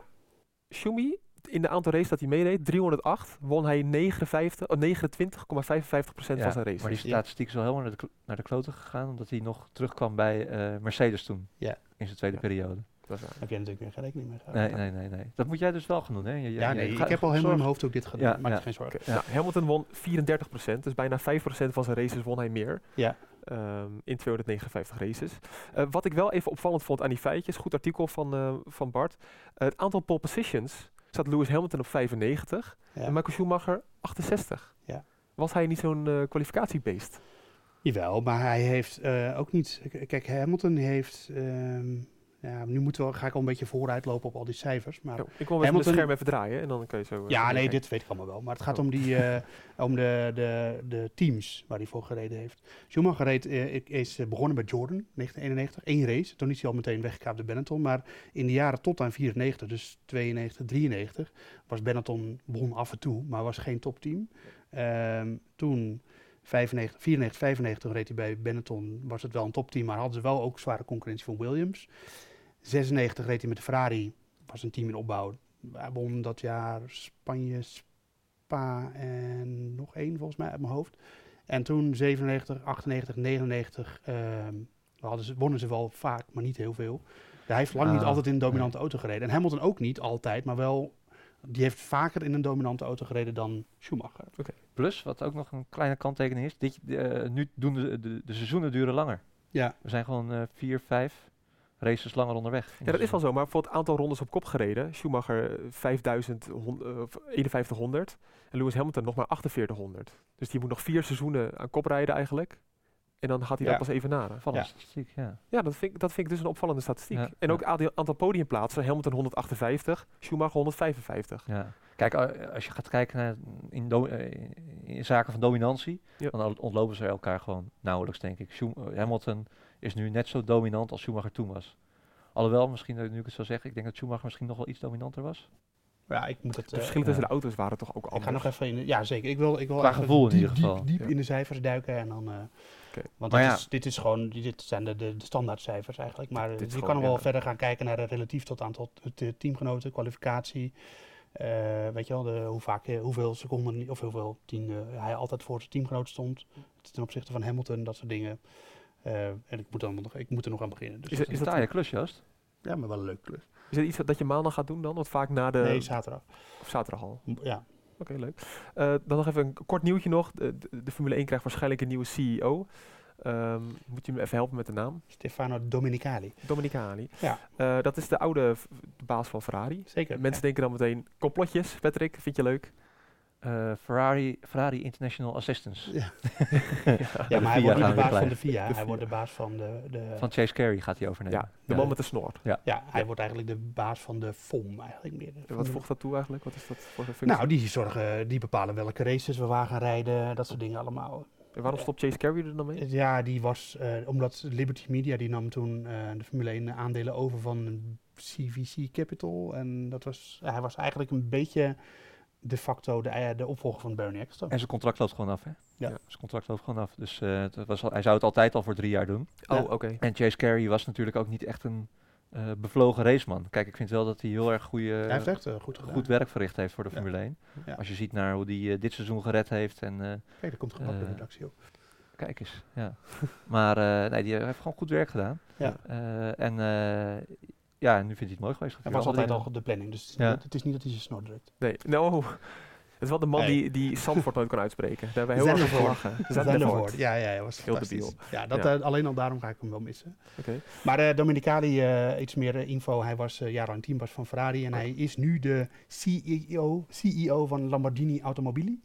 Speaker 2: Schumi, in de aantal races dat hij meedeed, 308, won hij 59 oh, 29,55%
Speaker 7: Ja,
Speaker 2: van zijn races.
Speaker 7: Maar die
Speaker 6: Ja.
Speaker 7: statistiek is wel helemaal naar de, kl- naar de kloten gegaan, omdat hij nog terugkwam bij eh, Mercedes toen.
Speaker 6: Ja.
Speaker 7: In zijn tweede
Speaker 2: Ja.
Speaker 7: periode. Dat is waar.
Speaker 6: Heb jij natuurlijk weer geen rekening mee gehouden.
Speaker 7: Nee, nee, nee, nee. Dat moet jij dus wel gaan doen, hè? Je- je-
Speaker 6: eh, Ja,
Speaker 7: je
Speaker 6: nee, ik
Speaker 7: gaat
Speaker 6: heb al helemaal in
Speaker 7: zorgen-
Speaker 6: mijn hoofd ook dit gedaan.
Speaker 7: Ja,
Speaker 6: Maak je
Speaker 7: ja.
Speaker 6: geen zorgen.
Speaker 7: Ja.
Speaker 2: Nou, Hamilton won 34%, dus bijna 5% van zijn races won hij meer.
Speaker 6: Ja.
Speaker 2: Ehm, in 259 races. Eh, wat ik wel even opvallend vond aan die feitjes, goed artikel van, eh, van Bart. Eh, het aantal pole positions staat Lewis Hamilton op 95
Speaker 6: Ja.
Speaker 2: en Michael Schumacher 68.
Speaker 6: Ja.
Speaker 2: Was hij niet zo'n eh, kwalificatiebeest?
Speaker 6: Jawel, maar hij heeft eh, ook niet. k- Kijk, Hamilton heeft. ehm, ja, nu moeten we, ga ik al een beetje vooruit lopen op al die cijfers. Maar
Speaker 2: Zo, ik wil hem even het
Speaker 6: Nou, Hamilton-
Speaker 2: scherm even draaien en dan kun je zo... eh,
Speaker 6: Ja, nee,
Speaker 2: meekijken.
Speaker 6: dit weet ik allemaal wel. Maar het gaat om, die, eh, om de, de, de teams waar hij voor gereden heeft. Schumacher reed, eh, ik- is eh, begonnen bij Jordan, 1991. één race. Toen is hij al meteen weggekaapt door Benetton. Maar in de jaren tot aan 94, dus 92, 93, was Benetton won af en toe, maar was geen topteam. Ehm, toen... 95, 94, 95 reed hij bij Benetton, was het wel een topteam, maar hadden ze wel ook zware concurrentie van Williams. 96 reed hij met de Ferrari, was een team in opbouw, hij won dat jaar Spanje, Spa en nog één volgens mij uit mijn hoofd. En toen 97, 98, 99 ehm, hadden ze, wonnen ze wel vaak, maar niet heel veel. Hij heeft lang niet
Speaker 7: Ah,
Speaker 6: altijd in een dominante auto gereden. En Hamilton ook niet altijd, maar wel... Die heeft vaker in een dominante auto gereden dan Schumacher.
Speaker 7: Plus, wat ook nog een kleine kanttekening is, dit, eh, nu doen de, de, de seizoenen duren langer.
Speaker 6: Ja.
Speaker 7: We zijn gewoon eh, vier, vijf races langer onderweg.
Speaker 2: Ja, dat is wel zo, maar voor het aantal rondes op kop gereden. Schumacher eh, 5000, hon- eh, of 5100 en Lewis Hamilton nog maar 4800. Dus die moet nog vier seizoenen aan kop rijden eigenlijk. En dan gaat hij
Speaker 6: Ja.
Speaker 2: dat pas even naden.
Speaker 7: Van
Speaker 6: Ja.
Speaker 7: ja. statistiek, ja.
Speaker 2: Ja, dat vind, ik, dat vind ik dus een opvallende statistiek.
Speaker 7: Ja,
Speaker 2: en
Speaker 7: ja.
Speaker 2: ook aandeel- aantal podiumplaatsen. Hamilton 158, Schumacher 155.
Speaker 7: ja. Kijk, a- als je gaat kijken naar in, do- eh, in zaken van dominantie,
Speaker 2: Ja.
Speaker 7: dan al- ontlopen ze elkaar gewoon nauwelijks, denk ik. Schum- eh, Hamilton is nu net zo dominant als Schumacher toen was. Alhoewel, misschien eh, nu ik het zou zeggen, ik denk dat Schumacher misschien nog wel iets dominanter was.
Speaker 6: Ja, ik moet het...
Speaker 2: De
Speaker 6: eh,
Speaker 2: verschillen
Speaker 7: ja.
Speaker 2: tussen de auto's waren toch ook
Speaker 6: ik ga
Speaker 2: anders.
Speaker 6: nog even... In, ja, zeker. Ik wil, ik wil
Speaker 7: Qua
Speaker 6: Oh, even
Speaker 7: gevoel in
Speaker 6: diep,
Speaker 7: ieder
Speaker 6: diep,
Speaker 7: geval.
Speaker 6: Diep,
Speaker 2: Ja.
Speaker 6: in de cijfers duiken en dan... eh,
Speaker 2: Oké.
Speaker 6: Want
Speaker 7: Maar
Speaker 6: dit,
Speaker 7: ja.
Speaker 6: is, dit is gewoon... Dit zijn de, de, de standaardcijfers eigenlijk. Maar eh,
Speaker 2: dit is
Speaker 6: je
Speaker 2: gewoon,
Speaker 6: kan nog wel
Speaker 2: ja.
Speaker 6: verder gaan kijken naar eh, relatief tot aantal t- t- teamgenoten, kwalificatie. eh, weet je wel, de, hoe vaak, eh, hoeveel seconden of hoeveel tien eh, hij altijd voor zijn teamgenoot stond. Ten opzichte van Hamilton, dat soort dingen. Eh, en ik moet, dan nog, ik moet er nog aan beginnen. Dus
Speaker 2: Is
Speaker 6: dat
Speaker 2: het-
Speaker 7: Is een taaie klus, Joost.
Speaker 6: ja, maar wel een leuk klus.
Speaker 2: Is dat iets wat- dat je maandag gaat doen dan? Want vaak na de...
Speaker 6: nee, zaterdag.
Speaker 2: of zaterdag al.
Speaker 6: M- Ja,
Speaker 2: Oké, leuk. Eh, dan nog even een k- kort nieuwtje nog. De, de- de Formule 1 krijgt waarschijnlijk een nieuwe CEO. Ehm, moet je me even helpen met de naam?
Speaker 6: Stefano Dominicali.
Speaker 2: Dominicali.
Speaker 6: Ja.
Speaker 2: Eh, dat is de oude v- de baas van Ferrari.
Speaker 6: Zeker.
Speaker 2: Mensen denken dan meteen complotjes. Patrick, vind je leuk?
Speaker 7: Eh, Ferrari, Ferrari International Assistance.
Speaker 6: Ja.
Speaker 7: ja,
Speaker 6: Ja, maar hij wordt niet de baas van de VIA.
Speaker 2: De
Speaker 6: Hij
Speaker 2: VIA.
Speaker 6: wordt de baas van de... de
Speaker 7: Van Chase Carey gaat hij
Speaker 2: Ja,
Speaker 7: overnemen.
Speaker 2: de
Speaker 7: Ja.
Speaker 2: man met de snor.
Speaker 6: ja, hij wordt eigenlijk de baas van de FOM eigenlijk meer. Van
Speaker 2: Wat
Speaker 6: de-
Speaker 2: voegt dat toe eigenlijk? Wat is dat voor een functie?
Speaker 6: Mm. Nou, die zorgen, die bepalen welke races we waar gaan rijden, dat soort dingen allemaal.
Speaker 2: en waarom stopt Chase Carey er dan mee?
Speaker 6: Ja, die was, eh, omdat Liberty Media, die nam toen eh, de Formule 1 aandelen over van CVC Capital. En dat was, hij was eigenlijk een beetje de facto de, eh, de opvolger van Bernie Ecclestone.
Speaker 7: En zijn contract loopt gewoon af, hè?
Speaker 6: Ja.
Speaker 7: Zijn contract loopt gewoon af. Dus eh, het was al, hij zou het altijd al voor drie jaar doen.
Speaker 2: Oh,
Speaker 6: ja.
Speaker 2: oké.
Speaker 7: En Chase Carey was natuurlijk ook niet echt een eh, bevlogen raceman. Kijk, ik vind wel dat hij heel erg goede,
Speaker 6: hij heeft echt eh, goed gedaan.
Speaker 7: goed werk verricht heeft voor de
Speaker 6: Ja.
Speaker 7: Formule 1.
Speaker 6: Ja.
Speaker 7: Als je ziet naar hoe hij eh, dit seizoen gered heeft. En eh,
Speaker 6: Kijk, er komt gebak door de
Speaker 7: Eh,
Speaker 6: redactie op.
Speaker 7: kijk eens, ja. maar eh, nee, die heeft gewoon goed werk gedaan.
Speaker 6: Ja.
Speaker 7: Eh, en eh, ja, nu vindt hij het mooi geweest.
Speaker 6: Hij was altijd
Speaker 7: Andere
Speaker 6: al de planning, dus het is
Speaker 7: Ja.
Speaker 6: niet- het is niet dat hij zijn snor drukt.
Speaker 2: Nee, nou, het is wel de man
Speaker 6: Hey.
Speaker 2: die, die Sanford nooit kan uitspreken. Daar hebben we heel erg over
Speaker 6: Zendervoort.
Speaker 2: gelachen.
Speaker 6: Zendervoort.
Speaker 2: Zendervoort.
Speaker 6: Ja, ja, ja, was
Speaker 2: Heel
Speaker 6: fantastisch. Ja, dat,
Speaker 2: Ja.
Speaker 6: eh, alleen al daarom ga ik hem wel missen.
Speaker 2: Oké.
Speaker 6: Maar eh, Dominicali, eh, iets meer eh, info. Hij was eh, jarenlang teambaas van Ferrari en hij is nu de E CEO, CEO van Lamborghini Automobili.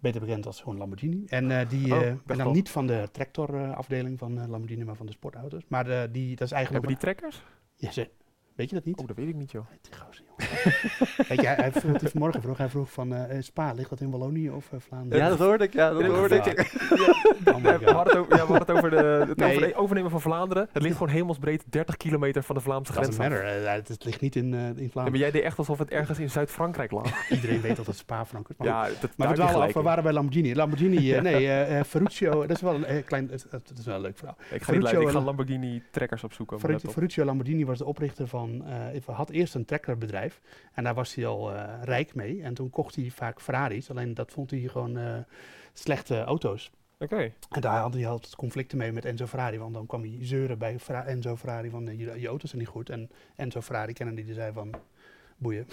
Speaker 6: Beter bekend als gewoon Lamborghini. En eh, die,
Speaker 2: Oh,
Speaker 6: eh,
Speaker 2: dacht
Speaker 6: en
Speaker 2: al.
Speaker 6: dan niet van de tractorafdeling van eh, Lamborghini, maar van de sportauto's. Maar eh, die, dat is eigenlijk...
Speaker 2: Hebben die trekkers?
Speaker 6: Ja, ze- weet je dat niet?
Speaker 2: Oh, dat weet ik niet, joh.
Speaker 6: Die gozer, jongen. weet je, hij, hij vroeg, die vanmorgen vroeg, hij vroeg van eh, eh, Spa, ligt dat in Wallonië of eh, Vlaanderen?
Speaker 7: Ja, dat hoorde ik. Ja, dat
Speaker 2: Ja,
Speaker 7: hoorde ik.
Speaker 6: ja.
Speaker 2: Ja,
Speaker 6: Oh my
Speaker 2: we
Speaker 6: God.
Speaker 2: hadden het over, ja, we hadden het over de, het
Speaker 6: Nee.
Speaker 2: overne- overnemen van Vlaanderen. Het ligt gewoon hemelsbreed 30 kilometer van de Vlaamse
Speaker 6: Doesn't
Speaker 2: grens af.
Speaker 6: matter. Eh, het, het ligt niet in, eh, in
Speaker 2: Ja, maar
Speaker 6: Vlaanderen.
Speaker 2: jij deed echt alsof het ergens in Zuid-Frankrijk lag.
Speaker 6: Iedereen weet dat het Spa-Frankrijk is. maar
Speaker 2: ja, dat,
Speaker 6: Maar we
Speaker 2: daar heb je
Speaker 6: dwalen af,
Speaker 2: gelijk
Speaker 6: we
Speaker 2: in.
Speaker 6: waren bij Lamborghini. Lamborghini, eh, nee, eh, eh, Ferruccio, dat is wel een eh, klein, het- het- dat is wel een leuk verhaal.
Speaker 2: Ik ga niet
Speaker 6: Ferruccio
Speaker 2: leiden, ik ga
Speaker 6: en-
Speaker 2: Lamborghini trekkers opzoeken. maar
Speaker 6: Ferruccio,
Speaker 2: let op.
Speaker 6: Ferruccio Lamborghini was de oprichter van, eh, had eerst een trekkerbedrijf en daar was hij al eh, rijk mee. En toen kocht hij vaak Ferraris, alleen dat vond hij gewoon eh, slechte auto's. En daar had hij altijd conflicten mee met Enzo Ferrari, want dan kwam hij zeuren bij Fra- Enzo Ferrari van eh, je, je auto's zijn niet goed. En Enzo Ferrari kennen die, die zei van, boeien,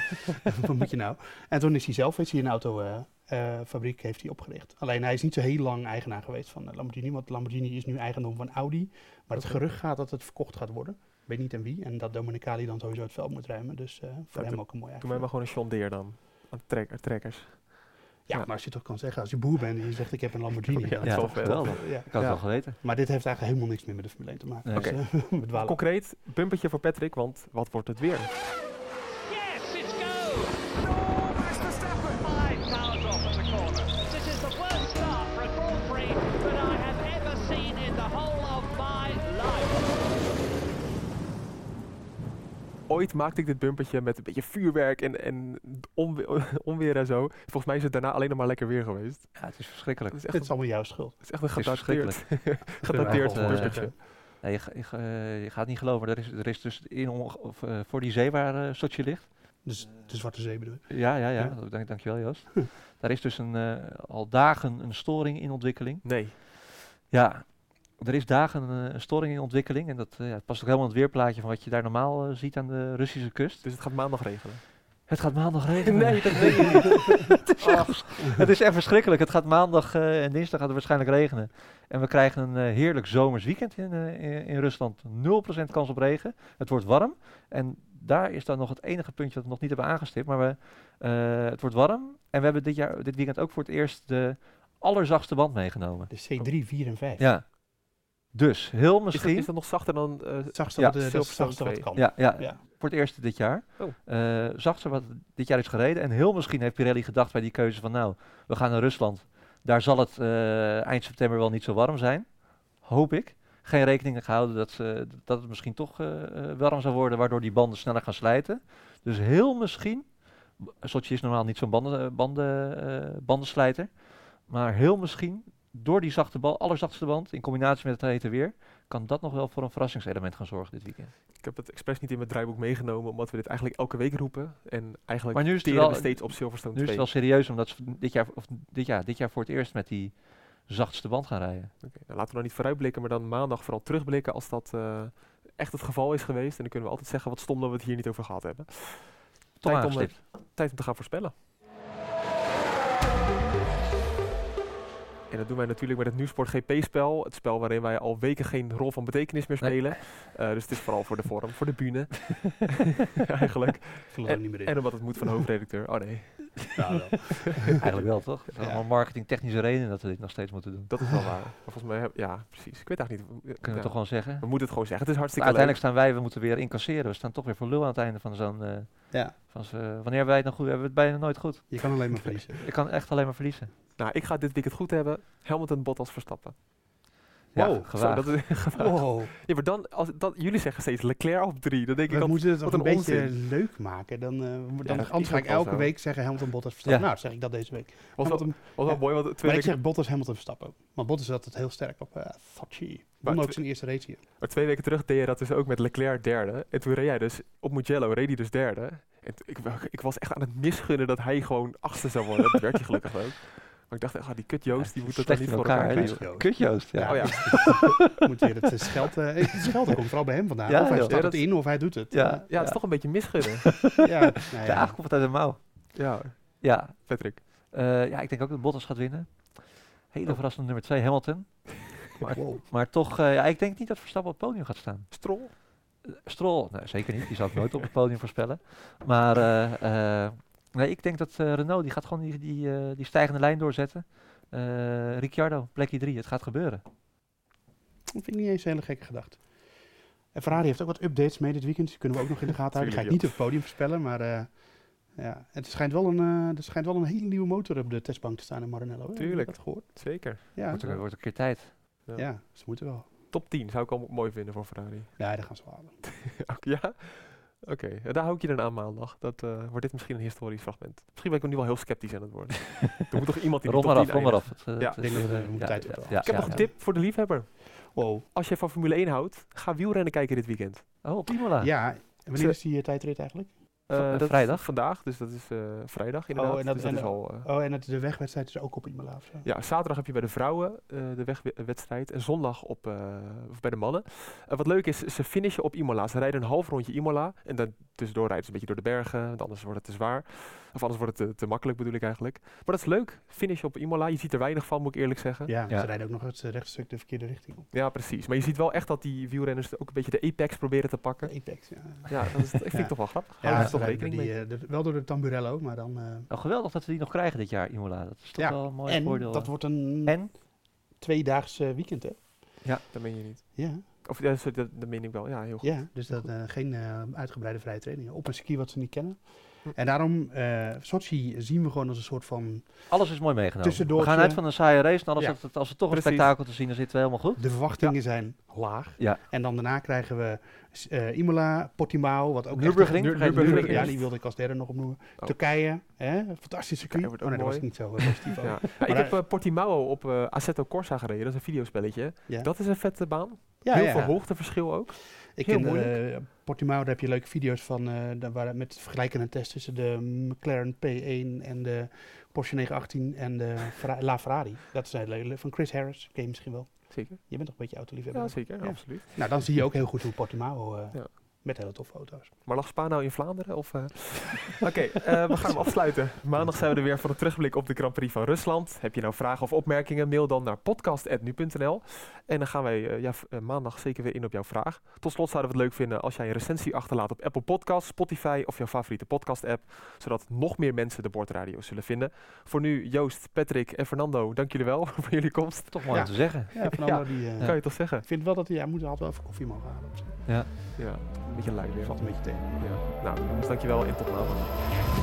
Speaker 6: wat moet je nou? En toen is hij zelf, heeft hij een autofabriek heeft hij opgericht. Alleen hij is niet zo heel lang eigenaar geweest van eh, Lamborghini, want Lamborghini is nu eigendom van Audi. Maar het gerucht gaat dat het verkocht gaat worden. Ik weet niet aan wie. En dat Dominicali dan sowieso het veld moet ruimen. Dus eh, voor
Speaker 2: Ja,
Speaker 6: hem
Speaker 2: doe-
Speaker 6: ook een mooie
Speaker 2: Doe mij
Speaker 6: uitvlucht.
Speaker 2: maar gewoon een John Deere dan. Aan trekker, trekkers.
Speaker 6: Ja, maar als je toch kan zeggen, als je boer bent en je zegt ik heb een Lamborghini.
Speaker 2: Ja,
Speaker 6: dan-
Speaker 2: dat is wel
Speaker 7: toch wel.
Speaker 2: veel.
Speaker 6: ja.
Speaker 7: Ik had
Speaker 2: Ja.
Speaker 7: het wel geweten.
Speaker 6: Maar dit heeft eigenlijk helemaal niks meer met de Formule 1 te maken.
Speaker 7: Nee.
Speaker 6: Dus, eh, we dwalen.
Speaker 2: Concreet, bumpertje voor Patrick, want wat wordt het weer?
Speaker 5: Yes, it's go! Five pounds off at the corner.
Speaker 8: This is the worst start for a Grand Prix that I have ever seen in the whole of my life.
Speaker 2: Ooit maakte ik dit bumpertje met een beetje vuurwerk en, en onwe- onweer en zo. Volgens mij is het daarna alleen nog maar lekker weer geweest.
Speaker 7: Ja, het is verschrikkelijk.
Speaker 2: Het is echt,
Speaker 6: Dit
Speaker 2: een-
Speaker 6: is allemaal jouw schuld.
Speaker 2: het is echt een
Speaker 7: Het is
Speaker 2: gedateerd,
Speaker 7: Gebeurt
Speaker 2: gedateerd
Speaker 7: wel, eh,
Speaker 2: bumpertje.
Speaker 7: Nee, je, ga- je, ga- eh, je gaat niet geloven, er is, er is dus in, om- of, eh, voor die zee waar eh, Sochi ligt.
Speaker 6: Dus de Zwarte Zee bedoel ik.
Speaker 7: Ja, ja, ja.
Speaker 6: Ja.
Speaker 7: dat- Dank, dankjewel Joost. Daar is dus een, eh, al dagen een storing in ontwikkeling.
Speaker 2: Nee.
Speaker 7: Ja, er is dagen eh, een storing in ontwikkeling. En dat eh, ja, het past ook helemaal in het weerplaatje van wat je daar normaal eh, ziet aan de Russische kust.
Speaker 2: Dus het gaat maandag regenen.
Speaker 7: Het gaat maandag regenen. Nee, dat weet ik het, is echt, vers- het is echt verschrikkelijk. Het gaat maandag eh, en dinsdag gaat het waarschijnlijk regenen. En we krijgen een eh, heerlijk zomers weekend in, eh, in, in Rusland. 0% kans op regen. Het wordt warm. En daar is dan nog het enige puntje dat we nog niet hebben aangestipt. Maar we, eh, het wordt warm. En we hebben dit, jaar, dit weekend ook voor het eerst de allerzachtste band meegenomen.
Speaker 6: De C3, 4 en 5.
Speaker 7: Ja. Dus, heel
Speaker 2: Is dat,
Speaker 7: misschien.
Speaker 2: is dat nog zachter dan... eh,
Speaker 6: Het zachtste,
Speaker 7: Ja,
Speaker 6: wat, eh, dat is het
Speaker 2: Silverstone
Speaker 6: zachtste wat
Speaker 2: twee.
Speaker 6: kan.
Speaker 7: ja, ja,
Speaker 6: Ja.
Speaker 7: voor het eerst dit jaar.
Speaker 2: Oh.
Speaker 7: Eh, zag ze wat dit jaar is gereden. En heel misschien heeft Pirelli gedacht bij die keuze van nou, we gaan naar Rusland. Daar zal het eh, eind september wel niet zo warm zijn. Hoop ik. Geen rekening gehouden dat, ze, dat het misschien toch eh, eh, warm zou worden, waardoor die banden sneller gaan slijten. Dus heel misschien, Sochi is normaal niet zo'n banden, banden, eh, bandenslijter, maar heel misschien door die zachte bal, allerzachtste band, in combinatie met het hete weer, kan dat nog wel voor een verrassingselement gaan zorgen dit weekend.
Speaker 2: Ik heb het expres niet in mijn draaiboek meegenomen, omdat we dit eigenlijk elke week roepen. En eigenlijk
Speaker 7: Maar nu is het
Speaker 2: teren we
Speaker 7: wel-
Speaker 2: steeds op Silverstone
Speaker 7: Nu is
Speaker 2: 2.
Speaker 7: het wel serieus, omdat ze dit jaar, of dit, jaar, dit jaar voor het eerst met die zachtste band gaan rijden.
Speaker 2: Oké, nou, laten we nou niet vooruitblikken, maar dan maandag vooral terugblikken als dat eh, echt het geval is geweest. En dan kunnen we altijd zeggen wat stom dat we het hier niet over gehad hebben.
Speaker 7: Toch
Speaker 2: Tijd om, eh,
Speaker 7: aangestipt.
Speaker 2: Tijd om te gaan voorspellen. En dat doen wij natuurlijk met het Nieuwsport GP-spel. Het spel waarin wij al weken geen rol van betekenis meer
Speaker 7: Nee.
Speaker 2: spelen. Eh, dus het is vooral voor de vorm, voor de bühne. Eigenlijk.
Speaker 6: Ik viel er ook niet meer in.
Speaker 2: En omdat het moet van de hoofdredacteur. Oh nee,
Speaker 6: Nou, wel.
Speaker 7: Eigenlijk wel, toch? Het is
Speaker 6: Ja.
Speaker 7: allemaal marketingtechnische redenen dat we dit nog steeds moeten doen.
Speaker 2: dat is wel waar. Maar volgens mij, heb- ja, precies. Ik weet eigenlijk niet.
Speaker 7: Kunnen we
Speaker 2: Ja.
Speaker 7: toch gewoon zeggen?
Speaker 2: We moeten het gewoon zeggen. Het is hartstikke leuk.
Speaker 7: Uiteindelijk staan wij, we moeten weer incasseren. We staan toch weer voor lul aan het einde van zo'n... eh,
Speaker 6: Ja.
Speaker 7: van zo- wanneer hebben wij het nou goed? Hebben we het bijna nooit goed.
Speaker 6: Je kan alleen maar verliezen.
Speaker 7: Ik kan echt alleen maar verliezen.
Speaker 2: Nou, ik ga dit weekend goed hebben. Hamilton, Bottas, Verstappen.
Speaker 7: ja,
Speaker 6: Wow,
Speaker 2: Zo,
Speaker 7: gewaagd.
Speaker 2: dat is,
Speaker 6: Wow.
Speaker 2: ja, maar dan, als, dat, jullie zeggen steeds Leclerc op drie. Dan denk ik
Speaker 6: Oh. We
Speaker 2: altijd,
Speaker 6: moeten het
Speaker 2: wat
Speaker 6: toch een
Speaker 2: een
Speaker 6: beetje
Speaker 2: onzin.
Speaker 6: leuk maken. Dan, eh, wordt- dan
Speaker 2: dat is
Speaker 6: anders ga ik
Speaker 2: ook wel
Speaker 6: elke
Speaker 2: zo.
Speaker 6: week zeggen Hamilton Bottas Verstappen.
Speaker 7: Ja.
Speaker 6: Nou, zeg ik dat deze week.
Speaker 2: was wel,
Speaker 6: Hamilton-
Speaker 2: was wel
Speaker 6: ja.
Speaker 2: mooi, want twee
Speaker 6: maar ik
Speaker 2: weken,
Speaker 6: zeg Bottas Hamilton Verstappen. Want Bottas zat het heel sterk op eh Sochi.
Speaker 2: Maar
Speaker 6: Won ook
Speaker 2: twe-
Speaker 6: zijn eerste race hier.
Speaker 2: maar twee weken terug deed je dat dus ook met Leclerc derde. En toen reed jij dus op Mugello, reed hij dus derde. En t- ik, wa- ik was echt aan het misgunnen dat hij gewoon achtste zou worden. dat werd hij gelukkig ook. Maar ik dacht echt, ah, die kut Joost, die moet dat dan
Speaker 7: Slecht
Speaker 2: niet voor
Speaker 7: in elkaar,
Speaker 2: elkaar
Speaker 7: hè,
Speaker 2: krijgen.
Speaker 7: die-
Speaker 6: krijgen.
Speaker 7: Kut Joost, ja.
Speaker 2: Oh ja,
Speaker 6: Moet weer het eh, scheld. eh, het schelden komt vooral bij hem vandaan.
Speaker 7: Ja,
Speaker 6: of hij
Speaker 7: joh.
Speaker 6: staat
Speaker 2: Ja,
Speaker 6: het
Speaker 2: dat-
Speaker 6: in of hij doet het.
Speaker 7: Ja,
Speaker 6: Eh,
Speaker 2: ja, het is toch een beetje misgunnen.
Speaker 6: ja. Nou ja.
Speaker 7: De aag komt het uit de mouw.
Speaker 2: ja,
Speaker 7: Ja,
Speaker 2: Patrick.
Speaker 7: Eh, ja, ik denk ook dat Bottas gaat winnen. Hele
Speaker 2: Oh.
Speaker 7: verrassende nummer 2, Hamilton. Maar,
Speaker 6: Wow.
Speaker 7: maar toch, eh, ja, ik denk niet dat Verstappen op het podium gaat staan.
Speaker 2: Strol?
Speaker 7: Stroll, nou, zeker niet. Die zou ik nooit op het podium voorspellen. Maar eh, eh, nee, ik denk dat eh, Renault die gaat gewoon die, die, eh, die stijgende lijn doorzetten. Eh, Ricciardo, plekje 3, het gaat gebeuren.
Speaker 6: Dat vind ik niet eens een hele gekke gedachte. En Ferrari heeft ook wat updates mee dit weekend. Die kunnen we ook nog in de gaten houden. Die ga ik
Speaker 2: Tuurlijk,
Speaker 6: niet op het podium voorspellen. Maar eh, ja. het schijnt wel, een, eh, er schijnt wel een hele nieuwe motor op de testbank te staan in Maranello. hè? Heb je
Speaker 2: Tuurlijk.
Speaker 6: Dat gehoord?
Speaker 2: Zeker.
Speaker 6: Ja.
Speaker 7: Wordt, er, wordt een keer tijd.
Speaker 2: Ja.
Speaker 6: ja, ze moeten wel.
Speaker 2: Top 10 zou ik al mooi vinden voor Ferrari.
Speaker 6: Ja, daar gaan ze wel halen.
Speaker 2: Ook, ja? Oké, ja, daar hou ik je dan aan maandag. Dat eh, wordt dit misschien een historisch fragment. Misschien ben ik nu wel heel sceptisch aan het worden. er moet toch iemand in de
Speaker 7: Rond maar
Speaker 2: top
Speaker 7: af,
Speaker 2: 10
Speaker 7: rond maar
Speaker 2: eindigen?
Speaker 7: af. Het, eh,
Speaker 2: Ja,
Speaker 7: het
Speaker 6: ik denk
Speaker 7: is,
Speaker 6: dat we-
Speaker 7: eh,
Speaker 6: we moeten tijd hebben.
Speaker 7: ja,
Speaker 2: Ik heb
Speaker 7: ja.
Speaker 2: nog een tip voor de liefhebber.
Speaker 6: Wow.
Speaker 2: Als je van Formule 1 houdt, ga wielrennen kijken dit weekend.
Speaker 7: Oh, op Imola.
Speaker 6: Ah. Ja, en
Speaker 2: Ze-
Speaker 6: wanneer is die eh, tijdrit eigenlijk?
Speaker 2: Eh,
Speaker 7: Va- eh,
Speaker 2: dat is
Speaker 7: vrijdag?
Speaker 2: Vandaag, dus dat is eh, vrijdag inderdaad.
Speaker 6: en dat-
Speaker 2: dus dat
Speaker 6: en
Speaker 2: is
Speaker 6: dat-
Speaker 2: al, eh,
Speaker 6: Oh, en het, de wegwedstrijd is ook op Imola of zo.
Speaker 2: ja, zaterdag heb je bij de vrouwen eh, de wegwedstrijd en zondag op, eh, of bij de mannen. Eh, wat leuk is, ze finishen op Imola. Ze rijden een half rondje Imola en dan tussendoor rijden ze een beetje door de bergen, want anders wordt het te zwaar. Of anders wordt het te, te makkelijk bedoel ik eigenlijk. Maar dat is leuk, finish op Imola. Je ziet er weinig van, moet ik eerlijk zeggen. Ja.
Speaker 6: Ja,
Speaker 7: Ja.
Speaker 6: ze rijden ook nog het eh, rechtstuk de verkeerde richting op.
Speaker 2: precies. Maar je ziet wel echt dat die wielrenners ook een beetje de apex proberen te pakken.
Speaker 6: De Apex, ja.
Speaker 2: Ja, dat, is, dat vind ik
Speaker 6: Ja.
Speaker 2: toch wel grappig.
Speaker 6: Ja,
Speaker 2: Houden
Speaker 6: ze
Speaker 2: ze toch
Speaker 6: rijden
Speaker 2: rekening
Speaker 6: die,
Speaker 2: mee.
Speaker 6: eh, de- wel door de Tamburello, maar dan... eh,
Speaker 7: Nou, geweldig dat we die nog krijgen dit jaar, Imola. Dat is toch
Speaker 6: Ja,
Speaker 7: wel een mooi
Speaker 6: en
Speaker 7: voordeel.
Speaker 6: dat
Speaker 7: eh.
Speaker 6: wordt een
Speaker 7: En?
Speaker 6: tweedaags eh, weekend, hè? eh,
Speaker 2: Dat meen je niet.
Speaker 6: Ja,
Speaker 2: Of ja, sorry, dat, dat meen ik wel. Ja, heel goed.
Speaker 6: ja dus dat, eh, geen eh, uitgebreide vrije trainingen. Op een circuit wat ze niet kennen.
Speaker 2: Hm.
Speaker 6: En daarom, eh Sochi zien we gewoon als een soort van...
Speaker 7: Alles is mooi meegenomen. We
Speaker 6: Tussendoortje.
Speaker 7: gaan uit van een saaie race. En alles
Speaker 6: Ja.
Speaker 7: dat het- als er toch een
Speaker 2: Precies.
Speaker 7: spektakel te zien is, zitten we helemaal goed.
Speaker 6: De verwachtingen zijn laag.
Speaker 7: Ja.
Speaker 6: En dan daarna krijgen we s- eh, Imola, Portimao, wat ook
Speaker 7: Nürburgring,
Speaker 6: echt...
Speaker 7: vergeet
Speaker 6: Nür-
Speaker 7: niet.
Speaker 6: Nürburgring, Ja,
Speaker 2: Nürburgring.
Speaker 6: die wilde ik als derde nog opnoemen.
Speaker 2: Oh.
Speaker 6: Turkije, hè? fantastisch circuit.
Speaker 2: Turkije wordt ook
Speaker 6: oh nee, dat was
Speaker 2: mooi.
Speaker 6: niet zo eh, positief. ook.
Speaker 2: Ja. Ja, ik
Speaker 6: Maar
Speaker 2: heb eh, Portimao op eh Assetto Corsa gereden, dat is een videospelletje.
Speaker 6: Ja.
Speaker 2: Dat is een vette baan.
Speaker 6: Ja,
Speaker 2: Heel
Speaker 6: ja.
Speaker 2: veel hoogteverschil ook.
Speaker 6: Ik
Speaker 2: Heel
Speaker 6: ken de,
Speaker 2: moeilijk.
Speaker 6: Portimao, daar heb je leuke video's van. eh, daar waren met vergelijkende tests tussen de McLaren P1 en de Porsche 918 en de Ferra- La Ferrari. Dat is een hele van Chris Harris. Ken je misschien wel.
Speaker 2: Zeker.
Speaker 6: Je bent toch een beetje autoliefhebber.
Speaker 2: Ja, zeker.
Speaker 6: Ja.
Speaker 2: Absoluut.
Speaker 6: Nou, dan zie je ook heel goed hoe Portimao eh,
Speaker 2: Ja.
Speaker 6: met hele toffe auto's.
Speaker 2: Maar lag Spa nou in Vlaanderen? Of, eh? Oké, eh, we gaan hem afsluiten. Maandag zijn we er weer voor een terugblik op de Grand Prix van Rusland. Heb je nou vragen of opmerkingen? Mail dan naar podcast.nu.nl. En dan gaan wij eh, ja, v- eh, maandag zeker weer in op jouw vraag. Tot slot zouden we het leuk vinden als jij een recensie achterlaat op Apple Podcasts, Spotify of jouw favoriete podcast-app. Zodat nog meer mensen de Bordradio zullen vinden. Voor nu, Joost, Patrick en Fernando, dank jullie wel voor jullie komst.
Speaker 7: Toch mooi
Speaker 6: Ja.
Speaker 7: om te zeggen.
Speaker 6: Ja, van
Speaker 2: Ja.
Speaker 6: allemaal die. eh,
Speaker 2: Kan je toch zeggen?
Speaker 6: Ik vind wel dat hij, hij moet had wel even koffie mogen halen. of zo.
Speaker 2: Ja, een beetje lui weer.
Speaker 6: Valt een beetje tegen.
Speaker 2: Ja. Nou, jongens, dankjewel en tot maandag.
Speaker 6: Tot